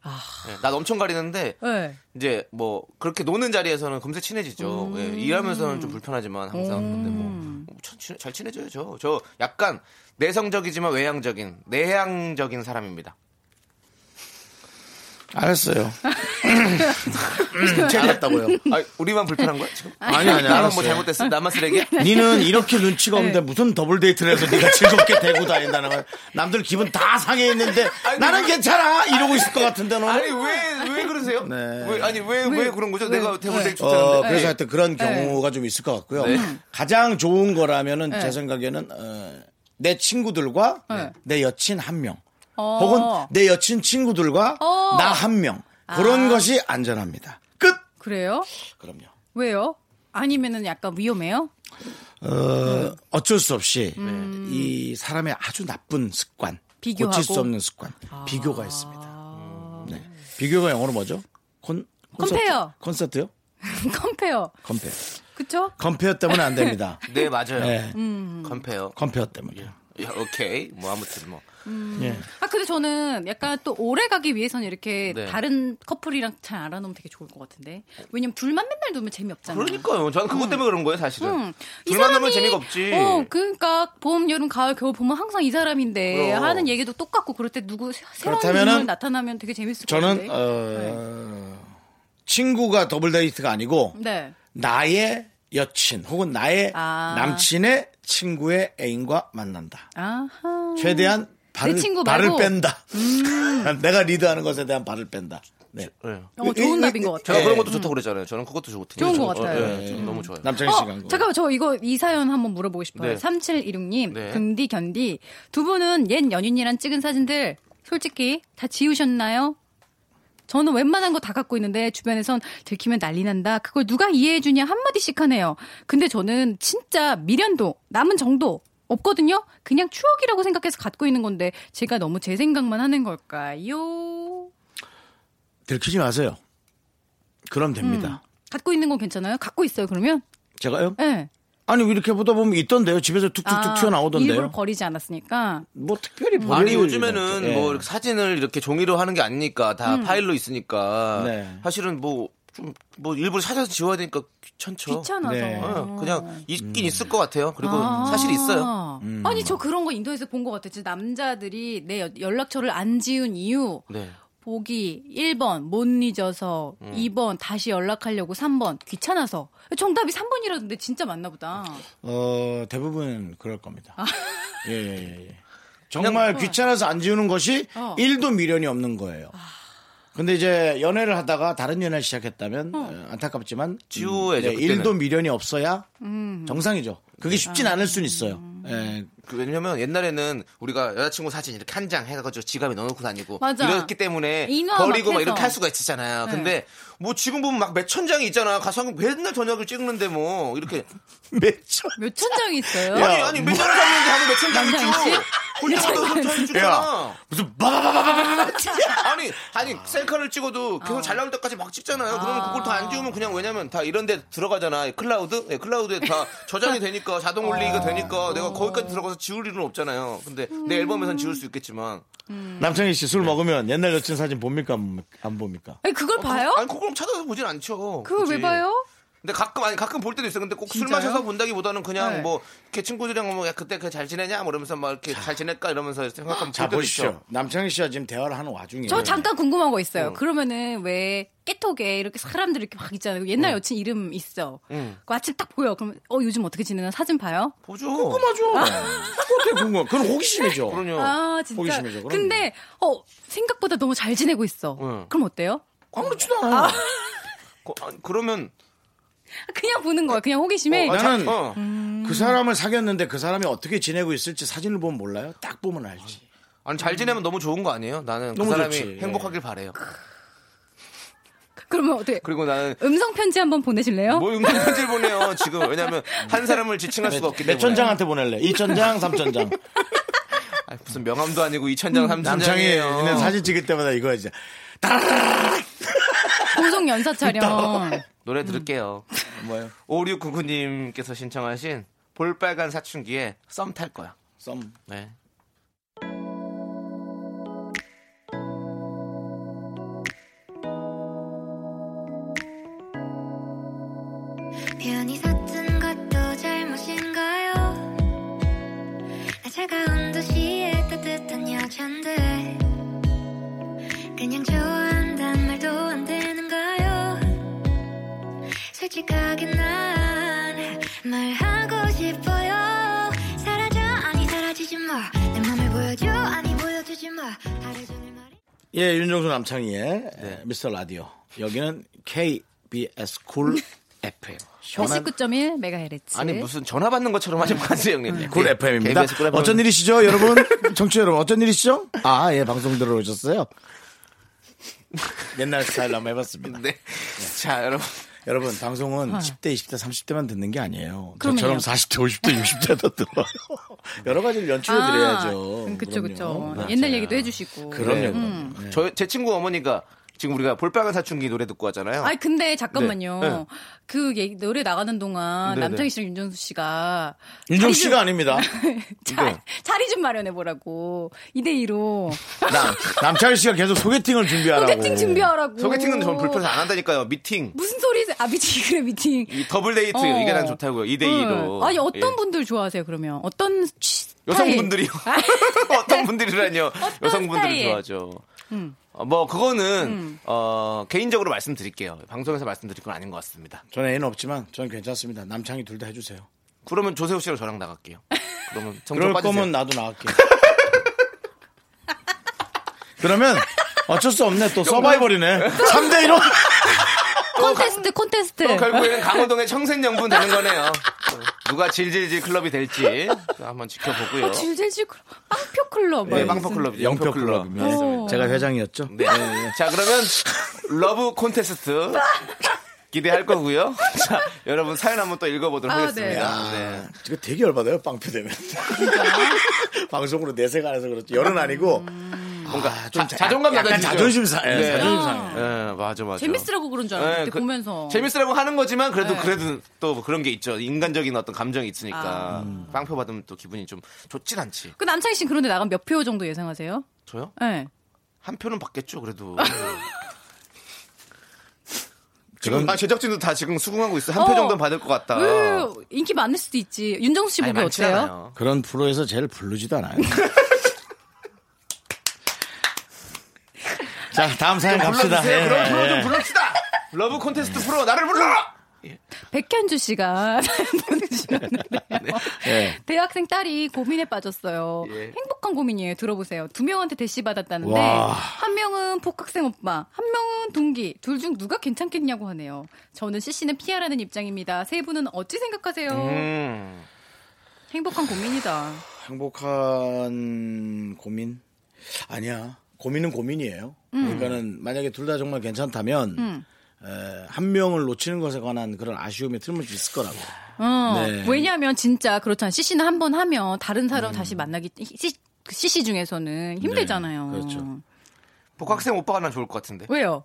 Speaker 2: 네, 엄청 가리는데
Speaker 9: 네.
Speaker 2: 이제 뭐 그렇게 노는 자리에서는 금세 친해지죠 예, 일하면서는 좀 불편하지만 항상 근데 뭐 참 친- 잘 친해져요 저 저 약간 내성적이지만 외향적인 내향적인 사람입니다
Speaker 1: 알았어요. 알았다고요.
Speaker 2: 아 우리만 불편한 거야 지금
Speaker 1: 아니 아니
Speaker 2: 나만 뭐
Speaker 1: 알았어요. 네.
Speaker 2: 잘못됐어 나만 쓰레기야
Speaker 1: 니는 이렇게 눈치가 없는데 무슨 더블 데이트를 해서 네가 즐겁게 대고 다닌다는 거야. 남들 기분 다 상해 있는데 나는 괜찮아 이러고 있을 것 같은데 너는.
Speaker 2: 아니 왜 왜 그러세요?
Speaker 1: 네.
Speaker 2: 왜, 아니 왜 왜 그런 거죠? 내가 대본 되게
Speaker 1: 어,
Speaker 9: 네.
Speaker 2: 좋다는데.
Speaker 1: 그래서 하여튼 그런 경우가 좀 있을 것 같고요. 가장 좋은 거라면은
Speaker 9: 네.
Speaker 1: 제 생각에는 어, 내 친구들과 내 여친 한 명,
Speaker 9: 어.
Speaker 1: 혹은 내 여친 친구들과
Speaker 9: 어.
Speaker 1: 나 한 명. 그런
Speaker 9: 아.
Speaker 1: 것이 안전합니다. 끝.
Speaker 9: 그래요?
Speaker 1: 그럼요.
Speaker 9: 왜요? 아니면은 약간 위험해요?
Speaker 1: 어, 어쩔 수 없이 이 사람의 아주 나쁜 습관,
Speaker 9: 음. 네. 비교하고? 아.
Speaker 1: 고칠 수 없는 습관, 비교가 있습니다. 네. 비교가 영어로 뭐죠? 콘, 콘서트?
Speaker 9: 컴페어.
Speaker 1: 콘서트요?
Speaker 9: 컴페어.
Speaker 1: 컴페어.
Speaker 9: 그쵸?
Speaker 1: 컴페어 때문에 안 됩니다.
Speaker 2: 네 맞아요.
Speaker 1: 네.
Speaker 2: 컴페어.
Speaker 1: 컴페어 때문에.
Speaker 2: 야, 오케이. 뭐 아무튼 뭐.
Speaker 1: 예.
Speaker 9: 아, 근데 저는 약간 또 오래 가기 위해서는 이렇게
Speaker 2: 네.
Speaker 9: 다른 커플이랑 잘 알아놓으면 되게 좋을 것 같은데. 왜냐면 둘만 맨날 놀면 재미없잖아요.
Speaker 2: 그러니까요. 저는 그것 때문에 그런 거예요, 사실은.
Speaker 9: 음. 이
Speaker 2: 둘만 하면
Speaker 9: 사람이-
Speaker 2: 재미가 없지.
Speaker 9: 어, 그러니까 봄, 여름, 가을, 겨울 보면 항상 이 사람인데
Speaker 2: 그럼.
Speaker 9: 하는 얘기도 똑같고 그럴 때 누구 새- 새로운
Speaker 1: 그렇다면은
Speaker 9: 인물 나타나면 되게 재밌을 것
Speaker 1: 저는
Speaker 9: 같은데.
Speaker 1: 어, 친구가 더블 데이트가 아니고
Speaker 9: 네.
Speaker 1: 나의 여친 혹은 나의
Speaker 9: 아.
Speaker 1: 남친의 친구의 애인과 만난다.
Speaker 9: 아하.
Speaker 1: 최대한 발을,
Speaker 9: 음. 친구
Speaker 1: 발을
Speaker 9: 말고. 음.
Speaker 1: 뺀다. 내가 리드하는 것에 대한 발을 뺀다. 네.
Speaker 2: 네.
Speaker 9: 어, 좋은 답인 것 같아요.
Speaker 2: 제가 그런 것도 좋다고 그랬잖아요. 저는 그것도 좋거든요.
Speaker 9: 음. 좋은
Speaker 2: 저는-
Speaker 9: 것 같아요. 예.
Speaker 2: 어, 네, 저는 너무 좋아요.
Speaker 1: 남창희 씨가 한
Speaker 9: 어,
Speaker 1: 거.
Speaker 9: 잠깐만 저 이거 이 사연 한번 물어보고
Speaker 2: 네.
Speaker 9: 싶어요. 3716님,
Speaker 2: 네.
Speaker 9: 금디 견디 두 분은 옛 연인이랑 찍은 사진들 솔직히 다 지우셨나요? 저는 웬만한 거 다 갖고 있는데 주변에선 들키면 난리 난다. 그걸 누가 이해해 주냐 한마디씩 하네요. 근데 저는 진짜 미련도 남은 정도 없거든요. 그냥 추억이라고 생각해서 갖고 있는 건데 제가 너무 제 생각만 하는 걸까요?
Speaker 1: 들키지 마세요. 그럼
Speaker 9: 음.
Speaker 1: 됩니다.
Speaker 9: 갖고 있는 건 괜찮아요? 갖고 있어요 그러면?
Speaker 1: 제가요?
Speaker 9: 예.
Speaker 1: 아니 이렇게 보다 보면 있던데요. 집에서 툭툭툭
Speaker 9: 아,
Speaker 1: 튀어나오던데요.
Speaker 9: 일부러 버리지 않았으니까.
Speaker 1: 뭐 특별히 버릴
Speaker 2: 아니
Speaker 1: 일은
Speaker 2: 요즘에는
Speaker 1: 없죠. 예.
Speaker 2: 뭐 이렇게 사진을 이렇게 종이로 하는 게 아니니까 다
Speaker 9: 음.
Speaker 2: 파일로 있으니까
Speaker 1: 네.
Speaker 2: 사실은 뭐 좀 뭐 일부러 찾아서 지워야 되니까 귀찮죠.
Speaker 9: 귀찮아서.
Speaker 1: 네.
Speaker 2: 어, 그냥 있긴 있을 것 같아요. 그리고 사실 있어요.
Speaker 9: 아니 저 그런 거 인도에서 본 것 같아요. 진짜 남자들이 내 여- 연락처를 안 지운 이유
Speaker 2: 네.
Speaker 9: 보기 1번 못 잊어서
Speaker 2: 음.
Speaker 9: 2번 다시 연락하려고 3번 귀찮아서 정답이 3번이라던데 진짜 맞나 보다.
Speaker 1: 어, 대부분 그럴 겁니다.
Speaker 9: 아.
Speaker 1: 예, 예, 예. 정말 귀찮아서 안 지우는 것이
Speaker 9: 어. 아.
Speaker 1: 일도 미련이 없는 거예요. 근데 이제 연애를 하다가 다른 연애를 시작했다면 어, 안타깝지만 음,
Speaker 2: 지우야죠,
Speaker 1: 네,
Speaker 2: 그때는.
Speaker 1: 일도 미련이 없어야
Speaker 9: 음.
Speaker 1: 정상이죠.
Speaker 9: 네.
Speaker 1: 그게 쉽진
Speaker 9: 아.
Speaker 1: 않을 순 있어요. 예.
Speaker 2: 그 왜냐면 옛날에는 우리가 여자친구 사진 이렇게 한 장 해가지고 지갑에 넣어놓고 다니고
Speaker 9: 맞아.
Speaker 2: 이랬기 때문에
Speaker 9: 인화
Speaker 2: 버리고
Speaker 9: 막
Speaker 2: 막
Speaker 9: 해서. 네.
Speaker 2: 이렇게 할 수가 있었잖아요. 근데 뭐 지금 보면 막 몇 천 장이 있잖아. 가서 맨날 저녁을 찍는데 뭐 이렇게
Speaker 1: 매천.
Speaker 9: 몇 천 장이 있어요?
Speaker 2: 아니 아니 몇천 장 있는데 하고 몇천 장이
Speaker 9: 남자
Speaker 2: 찍어.
Speaker 9: 있지?
Speaker 2: 혼자서 사진 찍잖아.
Speaker 1: 무슨 바바바바바바.
Speaker 2: 아니 아니 셀카를 찍어도 계속 잘 나올 때까지 막 찍잖아요. 그러면 그걸 다 안 지우면 그냥 왜냐면 다 이런 데 들어가잖아. 클라우드? 예, 클라우드에 다 저장이 되니까 자동
Speaker 9: 어.
Speaker 2: 올리기가 되니까 내가 거기까지 들어가서 지울 일은 없잖아요. 근데
Speaker 9: 음.
Speaker 2: 내 앨범에선 지울 수 있겠지만
Speaker 1: 남창희 씨
Speaker 2: 네.
Speaker 1: 술 먹으면 옛날 여친 사진 봅니까 안 봅니까? 안 봅니까?
Speaker 9: 아니 그걸 봐요?
Speaker 2: 어, 아니 그걸 찾아서 보진 않죠.
Speaker 9: 어? 그걸 왜
Speaker 2: 굳이.
Speaker 9: 봐요?
Speaker 2: 근데 가끔 아니 가끔 볼 때도 있어. 근데 꼭 술
Speaker 9: 진짜요?
Speaker 2: 마셔서 본다기보다는 그냥
Speaker 9: 네.
Speaker 2: 뭐 걔 친구들이랑 뭐 야, 그때 그 잘 지내냐 뭐 이러면서 막 이렇게 잘 지낼까 이러면서 생각하면
Speaker 1: 자
Speaker 2: 볼 때도 있죠.
Speaker 1: 보십시오. 남창희 씨와 지금 대화를 하는
Speaker 2: 예.
Speaker 1: 와중에
Speaker 9: 저 잠깐 궁금한 거 있어요. 그러면은 왜 깨톡에 이렇게 사람들이 이렇게 막 있잖아요.
Speaker 2: 어.
Speaker 9: 옛날 여친 이름 있어.
Speaker 2: 예.
Speaker 9: 그 아침 딱 보여. 그럼 어 요즘 어떻게 지내나 사진 봐요.
Speaker 2: 보죠.
Speaker 1: 궁금하죠. 네. 뭐 그렇게 궁금. 그건 호기심이죠.
Speaker 2: 그럼요.
Speaker 9: 아 진짜.
Speaker 1: 호기심이죠, 그럼요.
Speaker 9: 근데 어 생각보다 너무 잘 지내고 있어.
Speaker 2: 응.
Speaker 9: 그럼 어때요?
Speaker 1: 아무렇지도 않아요.
Speaker 2: 거- 아니, 그러면
Speaker 9: 그냥 보는 거야. 그냥 호기심에.
Speaker 1: 어, 나는
Speaker 2: 어.
Speaker 1: 그 사람을 사귀었는데 그 사람이 어떻게 지내고 있을지 사진을 보면 몰라요. 딱 보면 알지.
Speaker 2: 아니 잘 지내면 너무 좋은 거 아니에요? 나는 그
Speaker 1: 너무
Speaker 2: 사람이
Speaker 1: 좋지. 네.
Speaker 2: 행복하길 바래요.
Speaker 9: 그러면 어때?
Speaker 2: 그리고 나는
Speaker 9: 음성 편지 한번 보내실래요?
Speaker 2: 뭐 응급 편지를 보내요 지금 왜냐면 한 사람을 지칭할 수가 없기 때문에.
Speaker 1: 몇천 장한테 보낼래? 2천 장, 3천 장.
Speaker 2: 아니, 무슨 명함도 아니고 2천 장, 3천
Speaker 1: 음, 남창이
Speaker 2: 장이에요.
Speaker 1: 얘네 사진 찍을 때마다 이거 이제
Speaker 9: 보성 연사 촬영.
Speaker 2: 노래 들을게요.
Speaker 1: 뭐예요?
Speaker 2: 5699님께서 신청하신 볼빨간 사춘기에 썸 탈 거야.
Speaker 1: 썸.
Speaker 2: 네.
Speaker 5: 편히 샀던 것도 잘못인가요? 나 차가운 도시에 따뜻한 여잔데 그냥 좋아한단 말도 안 되는가요? 솔직하게 난 말하고 싶어요 사라져 아니 사라지지 마내 맘을 보여줘 아니 보여주지 마 하루 종일 말해
Speaker 1: 예, 윤정수 남창희의 예,
Speaker 2: 네.
Speaker 1: 미스터 라디오. 여기는 KBS 쿨
Speaker 2: FM.
Speaker 9: 89.1 메가헤르츠.
Speaker 2: 아니 무슨 전화 받는 것처럼 하지 마세요 형님. 네.
Speaker 1: 쿨 FM입니다.
Speaker 2: KBS 쿨 FM.
Speaker 1: 음, 어쩐 일이시죠, 여러분? 청취 자 여러분, 어쩐 일이시죠? 아, 예, 방송 들어오셨어요. 옛날 스타일로 한번 해봤습니다.
Speaker 2: 네. 자 여러분
Speaker 1: 여러분 방송은 10대, 20대, 30대만 듣는 게 아니에요.
Speaker 9: 그럼요.
Speaker 1: 저처럼 40대, 50대, 60대도 들어요. 여러 가지를 연출해 드려야죠.
Speaker 9: 아, 음, 그쵸 그쵸.
Speaker 1: 그럼요. 어, 아,
Speaker 9: 옛날 얘기도 음. 해주시고.
Speaker 1: 그럼요. 그럼요.
Speaker 2: 저, 제 친구 어머니가 지금 우리가 볼빨간 사춘기 노래 듣고 하잖아요.
Speaker 9: 아니 근데 잠깐만요.
Speaker 2: 네, 네.
Speaker 9: 그 얘기- 노래 나가는 동안
Speaker 2: 네,
Speaker 9: 남창희 씨랑 윤정수 씨가
Speaker 1: 윤정
Speaker 9: 자리
Speaker 1: 씨가
Speaker 9: 좀-
Speaker 1: 아닙니다.
Speaker 9: 자,
Speaker 1: 네.
Speaker 9: 자리 좀 마련해 보라고 2대 2로
Speaker 1: 남, 남창희 씨가 계속 소개팅을 준비하라고.
Speaker 9: 소개팅 준비하라고.
Speaker 2: 소개팅은 전 불편해서 안 한다니까요. 미팅.
Speaker 9: 무슨 소리세요? 아 미팅 그래 미팅.
Speaker 2: 이 더블 데이트
Speaker 9: 어.
Speaker 2: 이게 난 좋다고요. 2대 2로. 예.
Speaker 9: 응. 아니 어떤 분들 좋아하세요 그러면 어떤 취- 스타일?
Speaker 2: 여성분들이요.
Speaker 9: 아,
Speaker 2: 어떤 분들이라뇨. 여성분들을
Speaker 9: 스타일? 음.
Speaker 2: 좋아하죠. 어, 뭐 그거는 어, 개인적으로 말씀드릴게요. 방송에서 말씀드릴 건 아닌 것 같습니다.
Speaker 1: 저는 애는 없지만 저는 괜찮습니다. 남창희 둘 다 해주세요.
Speaker 2: 그러면 조세호 씨랑 저랑 나갈게요. 그러면
Speaker 1: 그럴
Speaker 2: 정정 빠지세요.
Speaker 1: 거면 나도 나갈게요. 그러면 어쩔 수 없네. 또 서바이벌이네. 3대 1로
Speaker 9: 콘테스트 콘테스트.
Speaker 2: 그럼 결국에는 강호동의 청생연분 되는 거네요. 어, 누가 질질질 클럽이 될지 한번 지켜보고요.
Speaker 9: 어, 질질질 클럽, 빵표 클럽. 막
Speaker 2: 네,
Speaker 9: 무슨-
Speaker 2: 빵포 클럽,
Speaker 1: 영표
Speaker 2: 영표
Speaker 1: 클럽.
Speaker 2: 클럽.
Speaker 9: 오.
Speaker 1: 제가 회장이었죠.
Speaker 2: 네. 자 그러면 러브 콘테스트 기대할 거고요. 자 여러분 사연 한번 또 읽어보도록
Speaker 9: 아,
Speaker 2: 하겠습니다. 네.
Speaker 1: 아, 이거 되게 열받아요, 빵표 되면. 방송으로 내색 안 해서 그렇지. 열은 아니고. 뭔가 좀
Speaker 2: 음. 자- 자존감
Speaker 1: 약간
Speaker 2: 낮아지죠.
Speaker 1: 자존심 상 예,
Speaker 2: 네.
Speaker 1: 자존심 상해.
Speaker 2: 예, 맞아 맞아.
Speaker 9: 재밌으라고 그런 줄
Speaker 2: 예,
Speaker 9: 알았는데
Speaker 2: 그-
Speaker 9: 보면서. 네.
Speaker 2: 재밌으라고 하는 거지만 그래도 그래도 또 뭐 그런 게 있죠. 인간적인 어떤 감정이
Speaker 9: 아,
Speaker 2: 있으니까
Speaker 9: 음.
Speaker 2: 빵표 받으면 또 기분이 좀 좋진 않지.
Speaker 9: 그 남창희 씨는 그런데 나가면 몇 표 정도 예상하세요?
Speaker 2: 저요?
Speaker 9: 예.
Speaker 2: 한 표는 받겠죠. 그래도
Speaker 1: 그건-
Speaker 2: 지금 아, 제작진도 다 지금 수긍하고 있어. 한 표
Speaker 9: 어.
Speaker 2: 정도는 받을 것 같다.
Speaker 9: 으, 그 인기 많을 수도 있지. 윤정수 씨
Speaker 2: 아니,
Speaker 9: 보기
Speaker 2: 많진
Speaker 9: 어때요?
Speaker 2: 않아요.
Speaker 1: 그런 프로에서 제일 부르지도 않아요. 자, 다음 사연 갑시다.
Speaker 2: 불러주세요. 네. 음. 그럼
Speaker 1: 예,
Speaker 2: 프로 좀
Speaker 1: 예.
Speaker 2: 불러주시다. 러브 콘테스트 프로 나를 불러라.
Speaker 9: 백현주 씨가 사연 보내주셨는데요.
Speaker 1: 예.
Speaker 9: 대학생 딸이 고민에 빠졌어요.
Speaker 2: 예.
Speaker 9: 행복한 고민이에요. 들어보세요. 두 명한테 대시 받았다는데
Speaker 1: 와.
Speaker 9: 한 명은 복학생 오빠, 한 명은 동기. 둘 중 누가 괜찮겠냐고 하네요. 저는 CC는 피하라는 입장입니다. 세 분은 어찌 생각하세요?
Speaker 2: 음.
Speaker 9: 행복한 고민이다.
Speaker 1: 행복한 고민? 아니야. 고민은 고민이에요.
Speaker 2: 음.
Speaker 1: 그러니까는 만약에 둘 다 정말 괜찮다면 에, 한 명을 놓치는 것에 관한 그런 아쉬움이 틀림없이 있을 거라고.
Speaker 9: 어,
Speaker 1: 네. 음.
Speaker 9: 왜냐하면 진짜 그렇잖아. CC는 한 번 하면 다른 사람 다시 만나기 CC 중에서는 힘들잖아요.
Speaker 1: 네, 그렇죠.
Speaker 2: 복학생 오빠가 난 좋을 것 같은데.
Speaker 9: 왜요?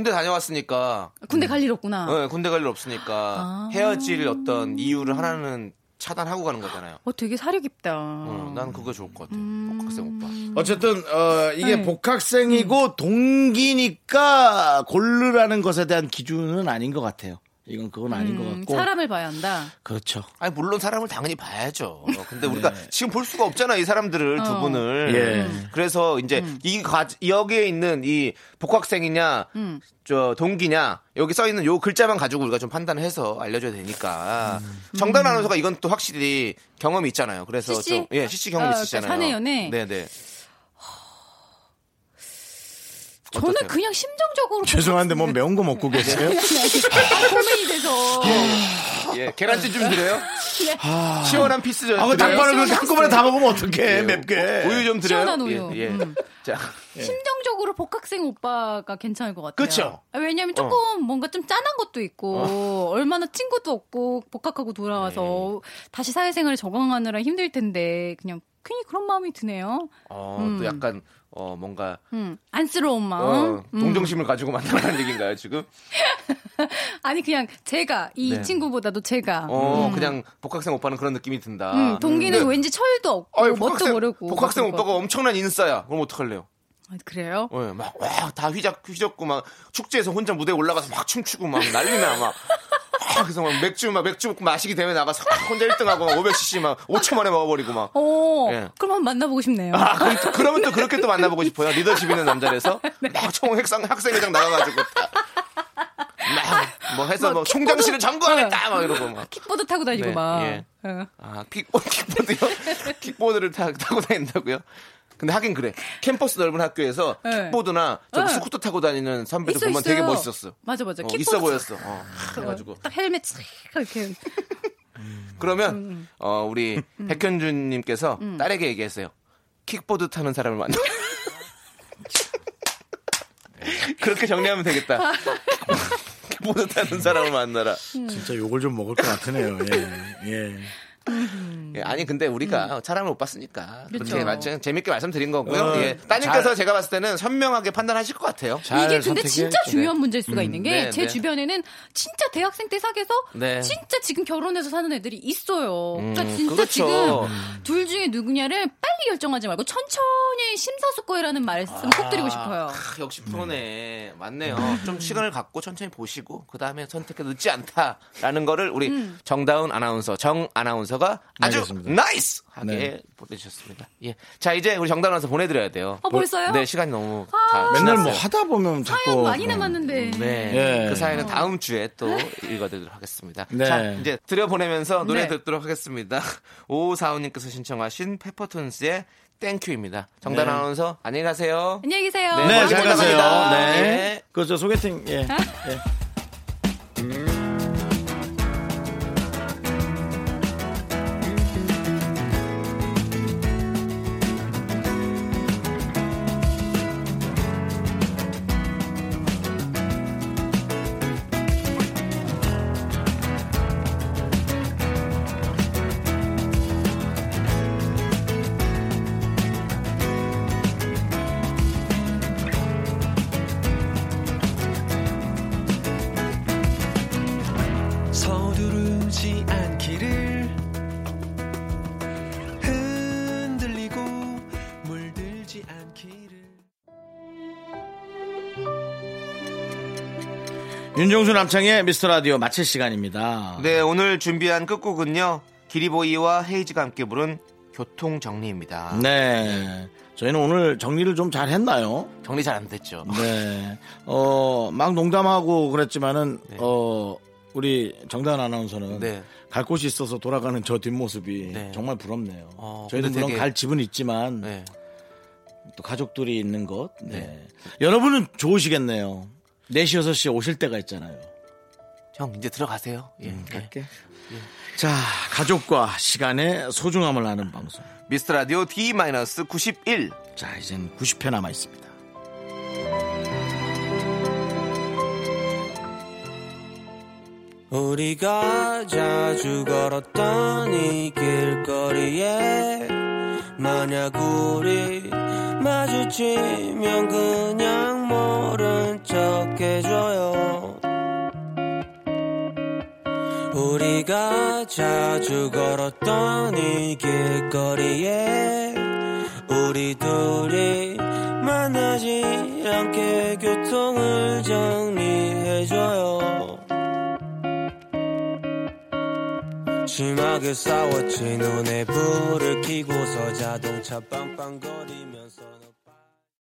Speaker 2: 군대 다녀왔으니까
Speaker 1: 음.
Speaker 9: 군대 갈 일 없구나.
Speaker 1: 어.
Speaker 2: 예, 군대 갈 일
Speaker 9: 아.
Speaker 2: 없으니까 헤어질 어떤 이유를 하나는 차단하고 가는 거잖아요.
Speaker 9: 어, 되게 사려 깊다.
Speaker 2: 어, 난 그거 좋을 것 같아요.
Speaker 9: 음.
Speaker 2: 복학생 오빠.
Speaker 1: 어쨌든 어, 이게
Speaker 9: 네. 음.
Speaker 1: 복학생이고 동기니까 고르라는 것에 대한 기준은 아닌 것 같아요. 이건 그건 아닌 것
Speaker 9: 음,
Speaker 1: 같고.
Speaker 9: 사람을 음. 봐야 한다.
Speaker 1: 그렇죠.
Speaker 2: 아니 물론 사람을 당연히 봐야죠. 근데 우리가 지금 볼 수가 없잖아 이 사람들을 두
Speaker 9: 어. 음.
Speaker 2: 분을.
Speaker 1: 네. 예.
Speaker 2: 그래서 이제 이 과, 여기에 있는 이 복학생이냐
Speaker 9: 음.
Speaker 2: 저 동기냐 여기 써 있는 요 글자만 가지고 우리가 좀 판단해서 알려줘야 되니까
Speaker 9: 음.
Speaker 2: 정단 아나운서가 이건 또 확실히 경험이 있잖아요. 그래서
Speaker 9: CC?
Speaker 2: 좀 예, CC 경험
Speaker 9: 아,
Speaker 2: 이
Speaker 9: 그러니까
Speaker 2: 있으시잖아요.
Speaker 9: 사내 연애?
Speaker 2: 네네.
Speaker 9: 저는
Speaker 2: 어떠세요?
Speaker 9: 그냥 심정적으로
Speaker 1: 죄송한데 뭐 매운 거 먹고 계세요?
Speaker 9: 아, 고민이 돼서
Speaker 2: 예, 계란찜 좀 드려요.
Speaker 9: 네.
Speaker 2: 시원한 피스 좀.
Speaker 1: 아, 그
Speaker 2: 드려요?
Speaker 1: 닭발을 그렇게 한꺼번에 다 먹으면 어떡해,
Speaker 2: 예,
Speaker 1: 맵게.
Speaker 2: 우유 좀 드려요.
Speaker 9: 시원한 우유.
Speaker 2: 예, 예.
Speaker 9: 음.
Speaker 2: 자,
Speaker 9: 심정적으로 복학생 오빠가 괜찮을 것 같아요.
Speaker 1: 그쵸?
Speaker 9: 아, 왜냐면 조금
Speaker 2: 어.
Speaker 9: 뭔가 좀 짠한 것도 있고 얼마나 친구도 없고 복학하고 돌아와서
Speaker 2: 네.
Speaker 9: 다시 사회생활에 적응하느라 힘들 텐데 그냥 괜히 그런 마음이 드네요.
Speaker 2: 어, 또 약간 어 뭔가
Speaker 9: 음, 안쓰러운 마음.
Speaker 2: 어,
Speaker 9: 음.
Speaker 2: 동정심을 가지고 만나라는 얘기인가요 지금?
Speaker 9: 아니 그냥 제가 이
Speaker 2: 네.
Speaker 9: 친구보다도 제가.
Speaker 2: 어 그냥 복학생 오빠는 그런 느낌이 든다.
Speaker 9: 음, 동기는
Speaker 2: 근데,
Speaker 9: 왠지 철도 없고
Speaker 2: 아유,
Speaker 9: 멋도 모르고. 뭐.
Speaker 2: 복학생
Speaker 9: 그런 거.
Speaker 2: 오빠가 엄청난 인싸야. 그럼 어떡할래요?
Speaker 9: 아, 그래요?
Speaker 2: 예, 막, 와, 다 휘적, 휘적고, 막, 축제에서 혼자 무대에 올라가서 막 춤추고, 막, 난리나, 막. 아, 그래서 막 맥주, 막, 맥주 마시기 대회 나가서 혼자 1등하고, 500cc 막, 5초 만에 먹어버리고, 막.
Speaker 9: 어,
Speaker 2: 예.
Speaker 9: 그럼 한번 만나보고 싶네요.
Speaker 2: 아, 그, 그러면 또 그렇게 또 만나보고 싶어요. 리더십 있는 남자라서.
Speaker 9: 네.
Speaker 2: 막 총학생, 학생회장 나가가지고. 다 막, 뭐 해서 뭐, 총장실을
Speaker 9: 어.
Speaker 2: 점거하겠다! 막 이러고 막.
Speaker 9: 킥보드 타고 다니고
Speaker 2: 네,
Speaker 9: 막.
Speaker 2: 예.
Speaker 9: 어.
Speaker 2: 아, 킥보드, 킥보드요? 킥보드를 타, 타고 다닌다고요? 근데 하긴 그래. 캠퍼스 넓은 학교에서
Speaker 9: 네.
Speaker 2: 킥보드나 저
Speaker 9: 네.
Speaker 2: 스쿠터 타고 다니는 선배들
Speaker 9: 있어,
Speaker 2: 보면
Speaker 9: 있어요.
Speaker 2: 되게 멋있었어.
Speaker 9: 맞아, 맞아.
Speaker 2: 어,
Speaker 9: 킥보드 아,
Speaker 2: 있어 보였어. 어,
Speaker 9: 딱
Speaker 2: 그래가지고
Speaker 9: 딱 헬멧 착 이렇게. 음,
Speaker 2: 그러면 어, 우리 백현준님께서 딸에게 얘기했어요. 킥보드 타는 사람을 만나. 그렇게 정리하면 되겠다. 킥보드 타는 사람을 만나라.
Speaker 9: 음.
Speaker 1: 진짜 욕을 좀 먹을 것 같으네요. 예. 예.
Speaker 2: 예, 아니 근데 우리가 사람을 못 봤으니까 그렇게
Speaker 9: 음. 그렇죠.
Speaker 2: 말씀- 재밌게 말씀드린 거고요.
Speaker 1: 어,
Speaker 2: 예, 따님께서 제가 봤을 때는 선명하게 판단하실 것 같아요.
Speaker 9: 이게 근데 진짜
Speaker 2: 네.
Speaker 9: 중요한 문제일 수가 있는 게
Speaker 2: 네,
Speaker 9: 제
Speaker 2: 네.
Speaker 9: 주변에는 진짜 대학생 때 사귀어서
Speaker 2: 네.
Speaker 9: 진짜 지금 결혼해서 사는 애들이 있어요. 그러니까 진짜
Speaker 2: 그렇죠.
Speaker 9: 지금 둘 중에 누구냐를 빨리 결정하지 말고 천천히 심사숙고해라는 말씀 꼭 드리고 싶어요.
Speaker 2: 아, 역시 프로네.
Speaker 1: 음.
Speaker 2: 맞네요. 좀 시간을 갖고 천천히 보시고 그 다음에 선택해 늦지 않다라는 거를 우리
Speaker 9: 음.
Speaker 2: 정다운 아나운서, 정 아나운서가
Speaker 1: 네,
Speaker 2: 아주
Speaker 1: 알겠습니다.
Speaker 2: 나이스 하게
Speaker 1: 네.
Speaker 2: 보내주셨습니다. 예, 자 이제 우리 정다운 아나운서 보내드려야 돼요.
Speaker 9: 어, 벌써요?
Speaker 2: 네, 시간이 너무
Speaker 9: 아.
Speaker 2: 다
Speaker 1: 맨날 뭐
Speaker 2: 지났어요.
Speaker 1: 하다 보면
Speaker 9: 사연
Speaker 1: 자꾸
Speaker 9: 많이
Speaker 1: 음,
Speaker 9: 남았는데.
Speaker 2: 네.
Speaker 1: 예.
Speaker 2: 그 사연은 다음 주에 또 읽어드리도록 하겠습니다.
Speaker 1: 네.
Speaker 2: 자, 이제 들여보내면서 노래
Speaker 9: 네.
Speaker 2: 듣도록 하겠습니다. 5545님께서 신청하신 페퍼톤스의 땡큐입니다. 정단 아나운서, 안녕히 가세요.
Speaker 9: 안녕히 계세요.
Speaker 1: 네,
Speaker 9: 다음
Speaker 1: 잘
Speaker 9: 아? 주에
Speaker 1: 가세요.
Speaker 9: 만납니다.
Speaker 1: 네.
Speaker 2: 네.
Speaker 1: 그저 소개팅 예. 예.
Speaker 4: 서두르지 않기를 흔들리고 물들지 않기를
Speaker 1: 윤종수 남창의 미스터 라디오 마칠 시간입니다.
Speaker 2: 네, 오늘 준비한 끝곡은요. 기리보이와 헤이즈가 함께 부른 교통정리입니다.
Speaker 1: 네. 저희는 오늘 정리를 좀 잘 했나요?
Speaker 2: 정리 잘 안 됐죠.
Speaker 1: 네. 어, 막 농담하고 그랬지만은, 어, 우리 정단 아나운서는
Speaker 2: 네.
Speaker 1: 갈 곳이 있어서 돌아가는 저 뒷모습이
Speaker 2: 네.
Speaker 1: 정말 부럽네요.
Speaker 2: 어,
Speaker 1: 저희도
Speaker 2: 근데
Speaker 1: 물론
Speaker 2: 되게-
Speaker 1: 갈 집은 있지만
Speaker 2: 네.
Speaker 1: 또 가족들이 있는 것. 네. 여러분은 좋으시겠네요. 4시, 6시에 오실 때가 있잖아요.
Speaker 2: 형 이제 들어가세요. 예.
Speaker 1: 음, 갈게. 자, 가족과 시간의 소중함을 아는 방송.
Speaker 2: 미스터 라디오 D-91.
Speaker 1: 자, 이젠 90회 남아 있습니다.
Speaker 4: 우리가 자주 걸었던 이 길거리에 만약 우리 마주치면 그냥 모른 척 해줘요 우리가 자주 걸었던 이 길거리에 우리 둘이 만나지 않게 교통을 정리해줘요 심하게 싸웠지 눈에 불을 켜고서 자동차 빵빵거리며